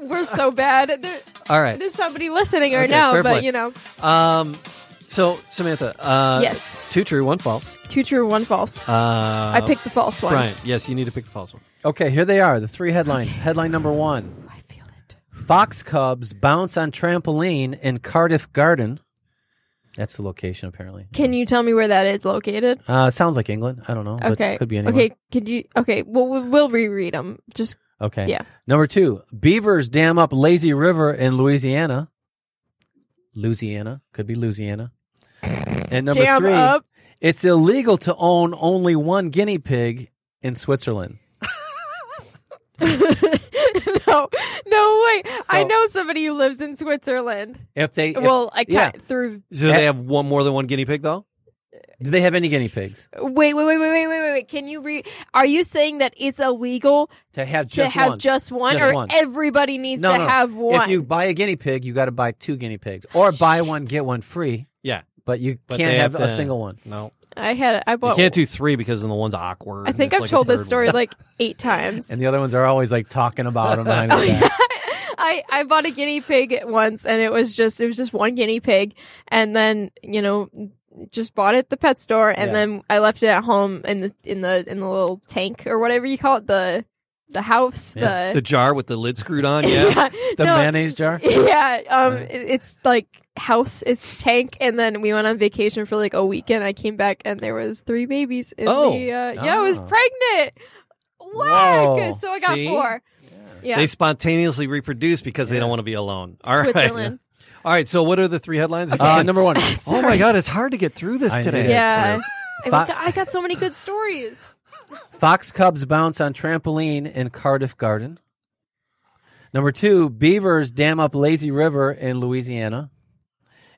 Speaker 4: We're so bad. There,
Speaker 2: All right.
Speaker 4: there's somebody listening right
Speaker 2: Okay,
Speaker 4: now,
Speaker 2: fair
Speaker 4: but
Speaker 2: play.
Speaker 4: you know,
Speaker 2: Um. So Samantha. Uh,
Speaker 4: Yes.
Speaker 2: Two true, one false.
Speaker 4: two true, one false.
Speaker 2: Uh,
Speaker 4: I picked the false one.
Speaker 2: Brian. Yes, you need to pick the false one.
Speaker 3: Okay, here they are. The three headlines. Headline number one:
Speaker 4: I feel it.
Speaker 3: Fox Cubs bounce on trampoline in Cardiff Garden. That's the location, apparently.
Speaker 4: Can you tell me where that is located?
Speaker 3: Uh, sounds like England. I don't know. but
Speaker 4: Okay.
Speaker 3: could be anywhere.
Speaker 4: Okay. Could you? Okay. Well, we- we'll reread them. Just
Speaker 3: Okay.
Speaker 4: Yeah.
Speaker 3: Number two, beavers dam up lazy river in Louisiana. Louisiana could be Louisiana. And number
Speaker 4: damn
Speaker 3: three,
Speaker 4: up.
Speaker 3: it's illegal to own only one guinea pig in Switzerland.
Speaker 4: no, no way. I
Speaker 3: So-
Speaker 4: know somebody who lives in Switzerland.
Speaker 3: If they if-
Speaker 4: well, I cut
Speaker 3: yeah.
Speaker 4: through.
Speaker 2: Do they have one more than one guinea pig though?
Speaker 3: do they have any guinea pigs
Speaker 4: Wait, wait, wait, wait, wait, wait, wait, wait. Can you re? Are you saying that it's illegal
Speaker 3: to have
Speaker 4: to
Speaker 3: just
Speaker 4: have
Speaker 3: one?
Speaker 4: just one,
Speaker 3: Just
Speaker 4: or
Speaker 3: one.
Speaker 4: everybody needs
Speaker 3: no,
Speaker 4: to
Speaker 3: no.
Speaker 4: have one?
Speaker 3: If you buy a guinea pig, you got to buy two guinea pigs, or buy one get one free.
Speaker 2: Yeah.
Speaker 3: but you
Speaker 2: But
Speaker 3: can't
Speaker 2: they
Speaker 3: have,
Speaker 2: have
Speaker 3: a
Speaker 2: to-
Speaker 3: single one.
Speaker 2: No.
Speaker 4: I had, I
Speaker 2: You
Speaker 4: bought.
Speaker 2: can't do three because then the one's awkward.
Speaker 4: I think I've told this story like eight times.
Speaker 3: And the other ones are always like talking about them. behind
Speaker 4: Oh,
Speaker 3: their back.
Speaker 4: I, I bought a guinea pig once and it was just it was just one guinea pig and then you know just bought it at the pet store and
Speaker 3: Yeah.
Speaker 4: then I left it at home in the in the in the little tank or whatever you call it the the house
Speaker 3: Yeah.
Speaker 2: the
Speaker 4: the
Speaker 2: jar with the lid screwed on. Yeah.
Speaker 3: The
Speaker 4: no,
Speaker 3: mayonnaise jar.
Speaker 4: yeah um it- it's like house it's tank and then we went on vacation for like a weekend I came back and there was three babies in
Speaker 2: Oh.
Speaker 4: the uh, yeah I was
Speaker 3: Ah.
Speaker 4: pregnant
Speaker 3: Whoa.
Speaker 4: Whack! so I got
Speaker 2: See?
Speaker 4: four yeah
Speaker 2: They spontaneously reproduce because they don't want to be alone. All right.
Speaker 4: Switzerland
Speaker 2: All right. So what are the three headlines?
Speaker 3: Uh,
Speaker 2: again?
Speaker 3: number one.
Speaker 2: oh my God, it's hard to get through this
Speaker 3: I
Speaker 2: today.
Speaker 3: know.
Speaker 4: Yeah. I,
Speaker 3: Fi-
Speaker 4: got, I got so many good stories.
Speaker 3: Fox Cubs bounce on trampoline in Cardiff Garden. Number two, beavers dam up lazy river in Louisiana.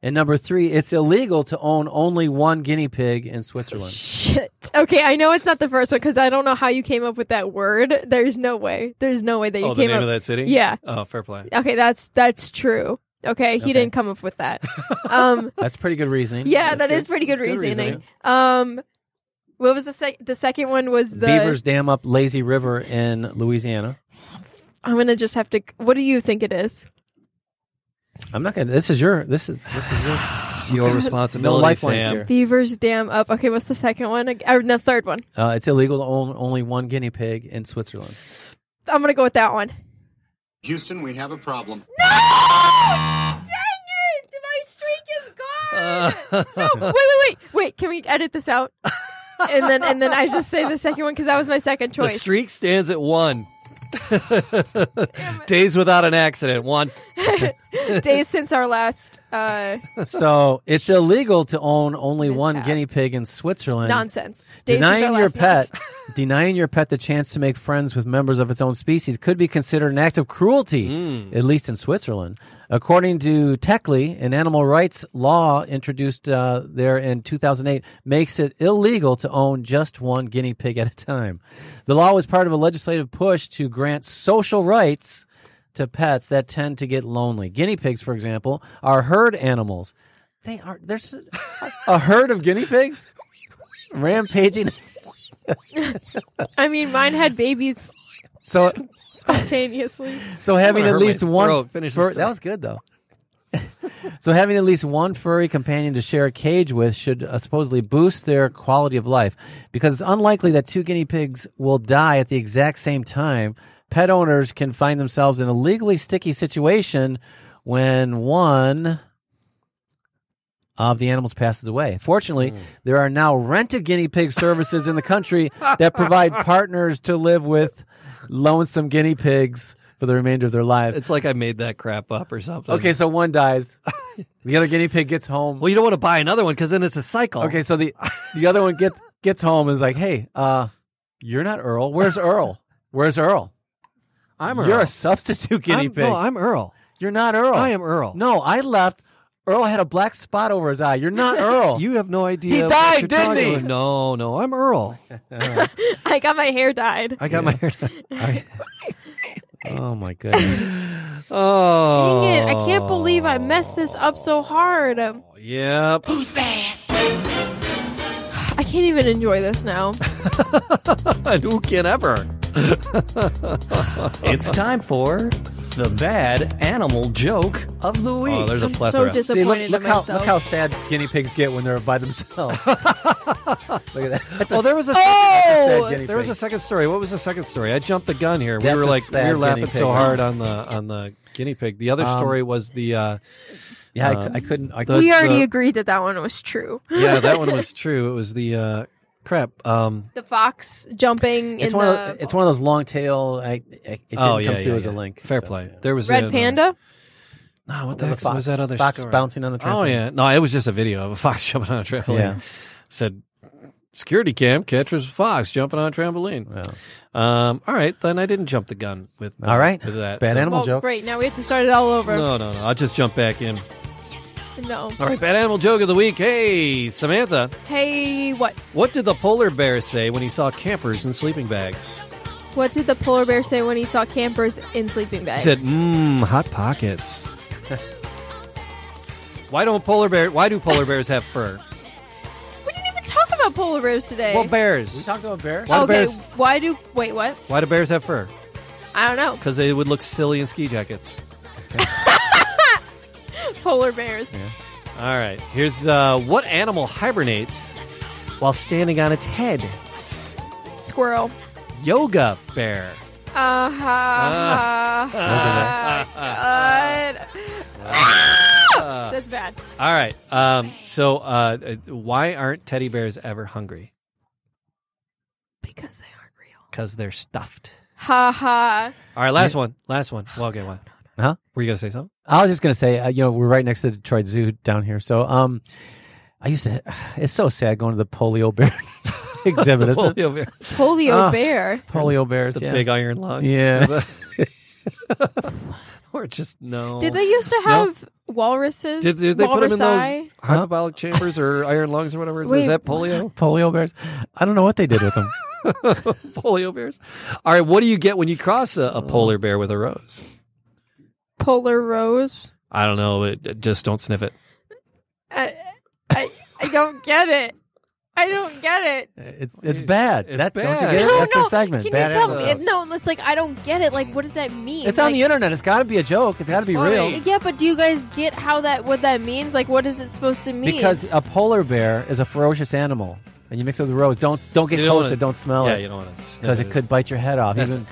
Speaker 3: And number three, it's illegal to own only one guinea pig in Switzerland.
Speaker 4: Shit. Okay, I know it's not the first one because I don't know how you came up with that word. There's no way. There's no way that you
Speaker 2: Oh, the
Speaker 4: came
Speaker 2: name
Speaker 4: up.
Speaker 2: of that city.
Speaker 4: Yeah.
Speaker 2: Oh, fair play.
Speaker 4: Okay, that's that's true. Okay, he
Speaker 3: Okay.
Speaker 4: didn't come up with that. Um,
Speaker 3: That's pretty good reasoning.
Speaker 4: yeah,
Speaker 2: That's
Speaker 4: that
Speaker 2: good.
Speaker 4: is pretty good
Speaker 2: That's good
Speaker 4: reasoning.
Speaker 2: reasoning.
Speaker 4: Um, what was the sec? The second one was the.
Speaker 3: Beavers dam up lazy river in Louisiana.
Speaker 4: I'm gonna just have to. What do you think it is?
Speaker 3: I'm not gonna. This is your. This is this is your.
Speaker 4: Oh,
Speaker 2: It's your responsibility,
Speaker 3: lifelines
Speaker 2: Sam.
Speaker 3: here.
Speaker 4: Beavers Dam up. Okay, what's the second one? ag- Or the third one?
Speaker 3: Uh, it's illegal to own only one guinea pig in Switzerland.
Speaker 4: I'm gonna go with that one.
Speaker 5: Houston, we have a problem.
Speaker 4: Dang it! My streak is gone. wait, wait, wait, wait. Can we edit this out? and then and then I just say the second one because that was my second
Speaker 2: The
Speaker 4: choice.
Speaker 2: streak stands at one. Days without an accident. One.
Speaker 4: Days since our last uh,
Speaker 3: So it's illegal to own only one
Speaker 4: Mishap.
Speaker 3: guinea pig in Switzerland.
Speaker 4: nonsense. Days since
Speaker 3: denying
Speaker 4: our
Speaker 3: your
Speaker 4: last
Speaker 3: pet
Speaker 4: nonsense.
Speaker 3: denying your pet the chance to make friends with members of its own species could be considered an act of cruelty
Speaker 4: Mm.
Speaker 3: at least in switzerland according to techley an animal rights law introduced uh, there in 2008 makes it illegal to own just one guinea pig at a time the law was part of a legislative push to grant social rights to pets that tend to get lonely guinea pigs for example are herd animals they are there's a herd of guinea pigs rampaging
Speaker 4: I mean, mine had babies
Speaker 3: so
Speaker 4: spontaneously.
Speaker 3: So having
Speaker 2: gonna
Speaker 3: at
Speaker 2: hurt my
Speaker 3: least one
Speaker 2: throat. Finish the
Speaker 3: fur-
Speaker 2: story.
Speaker 3: that was good though. So having at least one furry companion to share a cage with should uh, supposedly boost their quality of life because it's unlikely that two guinea pigs will die at the exact same time. Pet owners can find themselves in a legally sticky situation when one of the animals passes away. Fortunately,
Speaker 2: Hmm.
Speaker 3: there are now rented guinea pig services in the country that provide partners to live with lonesome guinea pigs for the remainder of their lives.
Speaker 2: It's like I made that crap up or something.
Speaker 3: Okay, so one dies. The other guinea pig gets home.
Speaker 2: Well, you don't want to buy another one because then it's a cycle.
Speaker 3: Okay, so the the other one gets gets home and is like, "Hey, uh, you're not Earl. Where's Earl? Where's Earl?
Speaker 2: I'm
Speaker 3: You're a substitute guinea
Speaker 2: I'm-
Speaker 3: pig.
Speaker 2: No, I'm Earl.
Speaker 3: you're not Earl.
Speaker 2: I am Earl.
Speaker 3: No, I left. Earl had a black spot over his eye. You're not Earl.
Speaker 2: You have no idea.
Speaker 3: He
Speaker 2: what
Speaker 3: died,
Speaker 2: you're
Speaker 3: didn't
Speaker 2: talking
Speaker 3: he?
Speaker 2: about. No, no, I'm Earl.
Speaker 4: I got my hair dyed.
Speaker 2: I got my hair. done.
Speaker 3: oh my goodness.
Speaker 2: Oh,
Speaker 4: Dang it! I can't believe I messed this up so hard. Um,
Speaker 2: Yep.
Speaker 4: I can't even enjoy this now.
Speaker 2: Who can ever?
Speaker 6: It's time for the bad animal joke of the week.
Speaker 2: Oh, there's a
Speaker 4: I'm
Speaker 2: plethora.
Speaker 4: so
Speaker 3: See, look,
Speaker 4: disappointed in
Speaker 3: look how
Speaker 4: myself.
Speaker 3: look how sad guinea pigs get when they're by themselves. look at that. That's
Speaker 2: Oh, there was a second-
Speaker 3: that's a sad
Speaker 2: there
Speaker 3: guinea
Speaker 2: was
Speaker 3: pig.
Speaker 2: a second story. What was the second story? I jumped the gun here.
Speaker 3: That's
Speaker 2: we were
Speaker 3: a
Speaker 2: like
Speaker 3: sad
Speaker 2: we were
Speaker 3: guinea
Speaker 2: laughing so
Speaker 3: pig.
Speaker 2: hard on the on the guinea pig. The other
Speaker 3: Um,
Speaker 2: story was the uh,
Speaker 3: yeah. I
Speaker 2: um,
Speaker 3: cou- I couldn't. I
Speaker 2: the-
Speaker 4: we already
Speaker 2: the-
Speaker 4: agreed that that one was true.
Speaker 2: yeah that one was true. It was the uh, crap. Um,
Speaker 4: The fox jumping
Speaker 3: It's
Speaker 4: in
Speaker 3: one.
Speaker 4: the
Speaker 3: of, it's one of those long tail. I, I, it didn't
Speaker 2: oh yeah,
Speaker 3: come through
Speaker 2: yeah,
Speaker 3: as a
Speaker 2: yeah.
Speaker 3: link.
Speaker 2: Fair
Speaker 3: so,
Speaker 2: play.
Speaker 3: yeah.
Speaker 2: There was
Speaker 4: red
Speaker 2: the-
Speaker 4: panda.
Speaker 2: No, what the
Speaker 3: The
Speaker 2: heck
Speaker 3: fox,
Speaker 2: was that other
Speaker 3: fox
Speaker 2: story?
Speaker 3: bouncing on the
Speaker 2: Oh
Speaker 3: trampoline.
Speaker 2: yeah, no, it was just a video of a fox jumping on a trampoline.
Speaker 3: Yeah.
Speaker 2: Said security cam catches fox jumping on a trampoline. Um, all right, then I didn't jump the gun with
Speaker 3: All right.
Speaker 2: with that.
Speaker 3: Bad
Speaker 2: so-
Speaker 3: animal
Speaker 4: Well,
Speaker 3: joke.
Speaker 4: great. Now we have to start it all over.
Speaker 2: No, no, no. I'll just jump back in.
Speaker 4: No.
Speaker 2: All right, bad animal joke of the week. Hey, Samantha,
Speaker 4: Hey, what?
Speaker 2: what did the polar bear say when he saw campers in sleeping bags?
Speaker 4: What did the polar bear say when he saw campers in sleeping
Speaker 2: He
Speaker 4: bags?
Speaker 2: said,
Speaker 3: "Mm,
Speaker 2: "Mmm, hot pockets." why don't polar bear? Why do polar bears have fur?
Speaker 4: we didn't even talk about polar bears today.
Speaker 2: Well, bears.
Speaker 3: We talked about bears.
Speaker 2: Why do
Speaker 4: okay,
Speaker 2: bears-
Speaker 4: why do? Wait, what?
Speaker 2: why do bears have fur?
Speaker 4: I don't know.
Speaker 2: Because they would look silly in ski jackets.
Speaker 4: Polar bears.
Speaker 2: All right. Here's uh, what animal hibernates while standing on its head?
Speaker 4: Squirrel.
Speaker 2: Yoga bear.
Speaker 4: Uh huh.
Speaker 2: Ah.
Speaker 4: Uh-huh. Ah!
Speaker 2: Ah.
Speaker 4: That's bad.
Speaker 2: All right. Um, so, uh, uh, why aren't teddy bears ever hungry?
Speaker 4: Because they aren't real.
Speaker 2: Because they're stuffed.
Speaker 4: Ha ha.
Speaker 2: All right. Last one. Last one. Well, okay, one.
Speaker 3: Huh?
Speaker 2: Were you gonna say something?
Speaker 3: I was just gonna say, uh, you know, we're right next to the Detroit Zoo down here, so um, I used to. It's so sad going to the polio bear exhibit. isn't it?
Speaker 2: Polio bear.
Speaker 4: Polio
Speaker 3: Ah.
Speaker 4: bear.
Speaker 3: Polio bears.
Speaker 2: The
Speaker 3: yeah.
Speaker 2: big iron lung.
Speaker 3: Yeah.
Speaker 2: or just no.
Speaker 4: Did they used to have walruses?
Speaker 2: Did, did they put them in
Speaker 4: Walrusi?
Speaker 2: those hyperbolic chambers or iron lungs or whatever?
Speaker 4: Wait,
Speaker 2: Was that polio?
Speaker 3: polio bears. I don't know what they did with them.
Speaker 2: polio bears. All right. What do you get when you cross a, a polar bear with a rose?
Speaker 4: Polar rose.
Speaker 2: I don't know. It, it- just don't sniff it.
Speaker 4: I, I, I don't get it. I don't get it.
Speaker 3: It's it's bad.
Speaker 2: It's
Speaker 3: that, Don't you
Speaker 2: bad.
Speaker 3: get it?
Speaker 4: No,
Speaker 3: That's
Speaker 4: no.
Speaker 3: the segment.
Speaker 4: Can
Speaker 3: bad
Speaker 4: you tell
Speaker 3: animal
Speaker 4: me?
Speaker 3: joke.
Speaker 4: If, no, it's like I don't get it. Like, what does that mean?
Speaker 3: It's on
Speaker 4: Like-
Speaker 3: the internet. It's got to be a joke. It's got to be real.
Speaker 4: Yeah, but do you guys get how that what that means? Like, what is it supposed to mean?
Speaker 3: Because a polar bear is a ferocious animal, and you mix it with a rose. Don't don't get
Speaker 2: You don't
Speaker 3: close
Speaker 2: wanna-
Speaker 3: to. it. Don't smell
Speaker 2: Yeah,
Speaker 3: it
Speaker 2: you don't want to sniff
Speaker 3: because it could bite your head off.
Speaker 2: That's-
Speaker 3: Even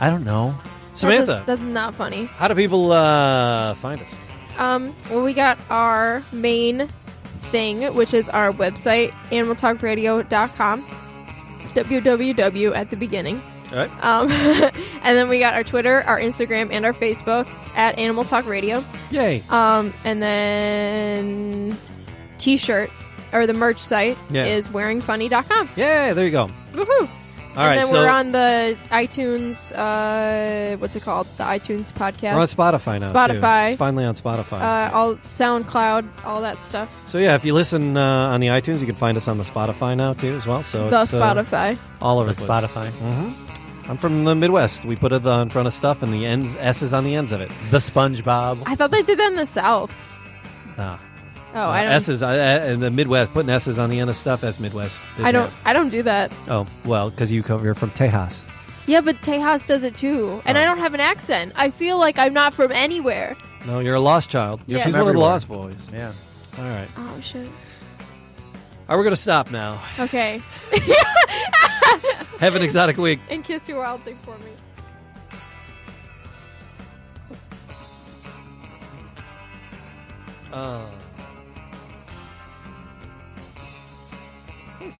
Speaker 3: I don't know.
Speaker 4: That is-
Speaker 2: Samantha,
Speaker 4: that's not funny.
Speaker 2: how do people uh, find us?
Speaker 4: Um, well, we got our main thing, which is our website, animaltalkradio.com. www at the beginning.
Speaker 2: All right.
Speaker 4: Um, and then we got our Twitter, our Instagram, and our Facebook at Animal Talk Radio.
Speaker 2: Yay!
Speaker 4: Um, and then T-shirt or the merch site
Speaker 2: Yeah.
Speaker 4: is wearingfunny.com.
Speaker 2: Yeah, there you go. All
Speaker 4: Woohoo! and
Speaker 2: right,
Speaker 4: then
Speaker 2: so
Speaker 4: we're on the iTunes. Uh, what's it called? The iTunes podcast.
Speaker 2: we're on Spotify now. too.
Speaker 4: Spotify.
Speaker 2: It's finally on Spotify.
Speaker 4: uh, all SoundCloud, all that stuff.
Speaker 2: so yeah, if you listen uh, on the iTunes, you can find us on the Spotify now too, as well. So
Speaker 4: the
Speaker 2: it's, uh,
Speaker 4: Spotify.
Speaker 2: all
Speaker 3: The
Speaker 2: over the place.
Speaker 3: Spotify.
Speaker 2: Mhm. I'm from the Midwest. We put it on front of stuff, and the ends S is on the ends of it.
Speaker 3: The SpongeBob.
Speaker 4: I thought they did that in the South.
Speaker 2: Ah.
Speaker 4: Oh,
Speaker 2: Uh,
Speaker 4: I don't.
Speaker 2: S is uh, uh, in the Midwest. Putting S's on the end of stuff. That's Midwest.
Speaker 4: I don't.
Speaker 2: business.
Speaker 4: I don't do that.
Speaker 2: Oh well, because you come you're from Tejas. Oh.
Speaker 4: Yeah, but Tejas does it too, and I don't have an accent. I feel like I'm not from anywhere.
Speaker 2: No, you're a lost child.
Speaker 4: You're
Speaker 2: She's
Speaker 4: from
Speaker 2: one of the
Speaker 3: everywhere.
Speaker 2: lost boys.
Speaker 3: Yeah.
Speaker 2: All right.
Speaker 4: Oh shit.
Speaker 2: Are we going to stop now?
Speaker 4: Okay.
Speaker 2: Have an exotic week.
Speaker 4: and kiss you wildly for me.
Speaker 2: Uh.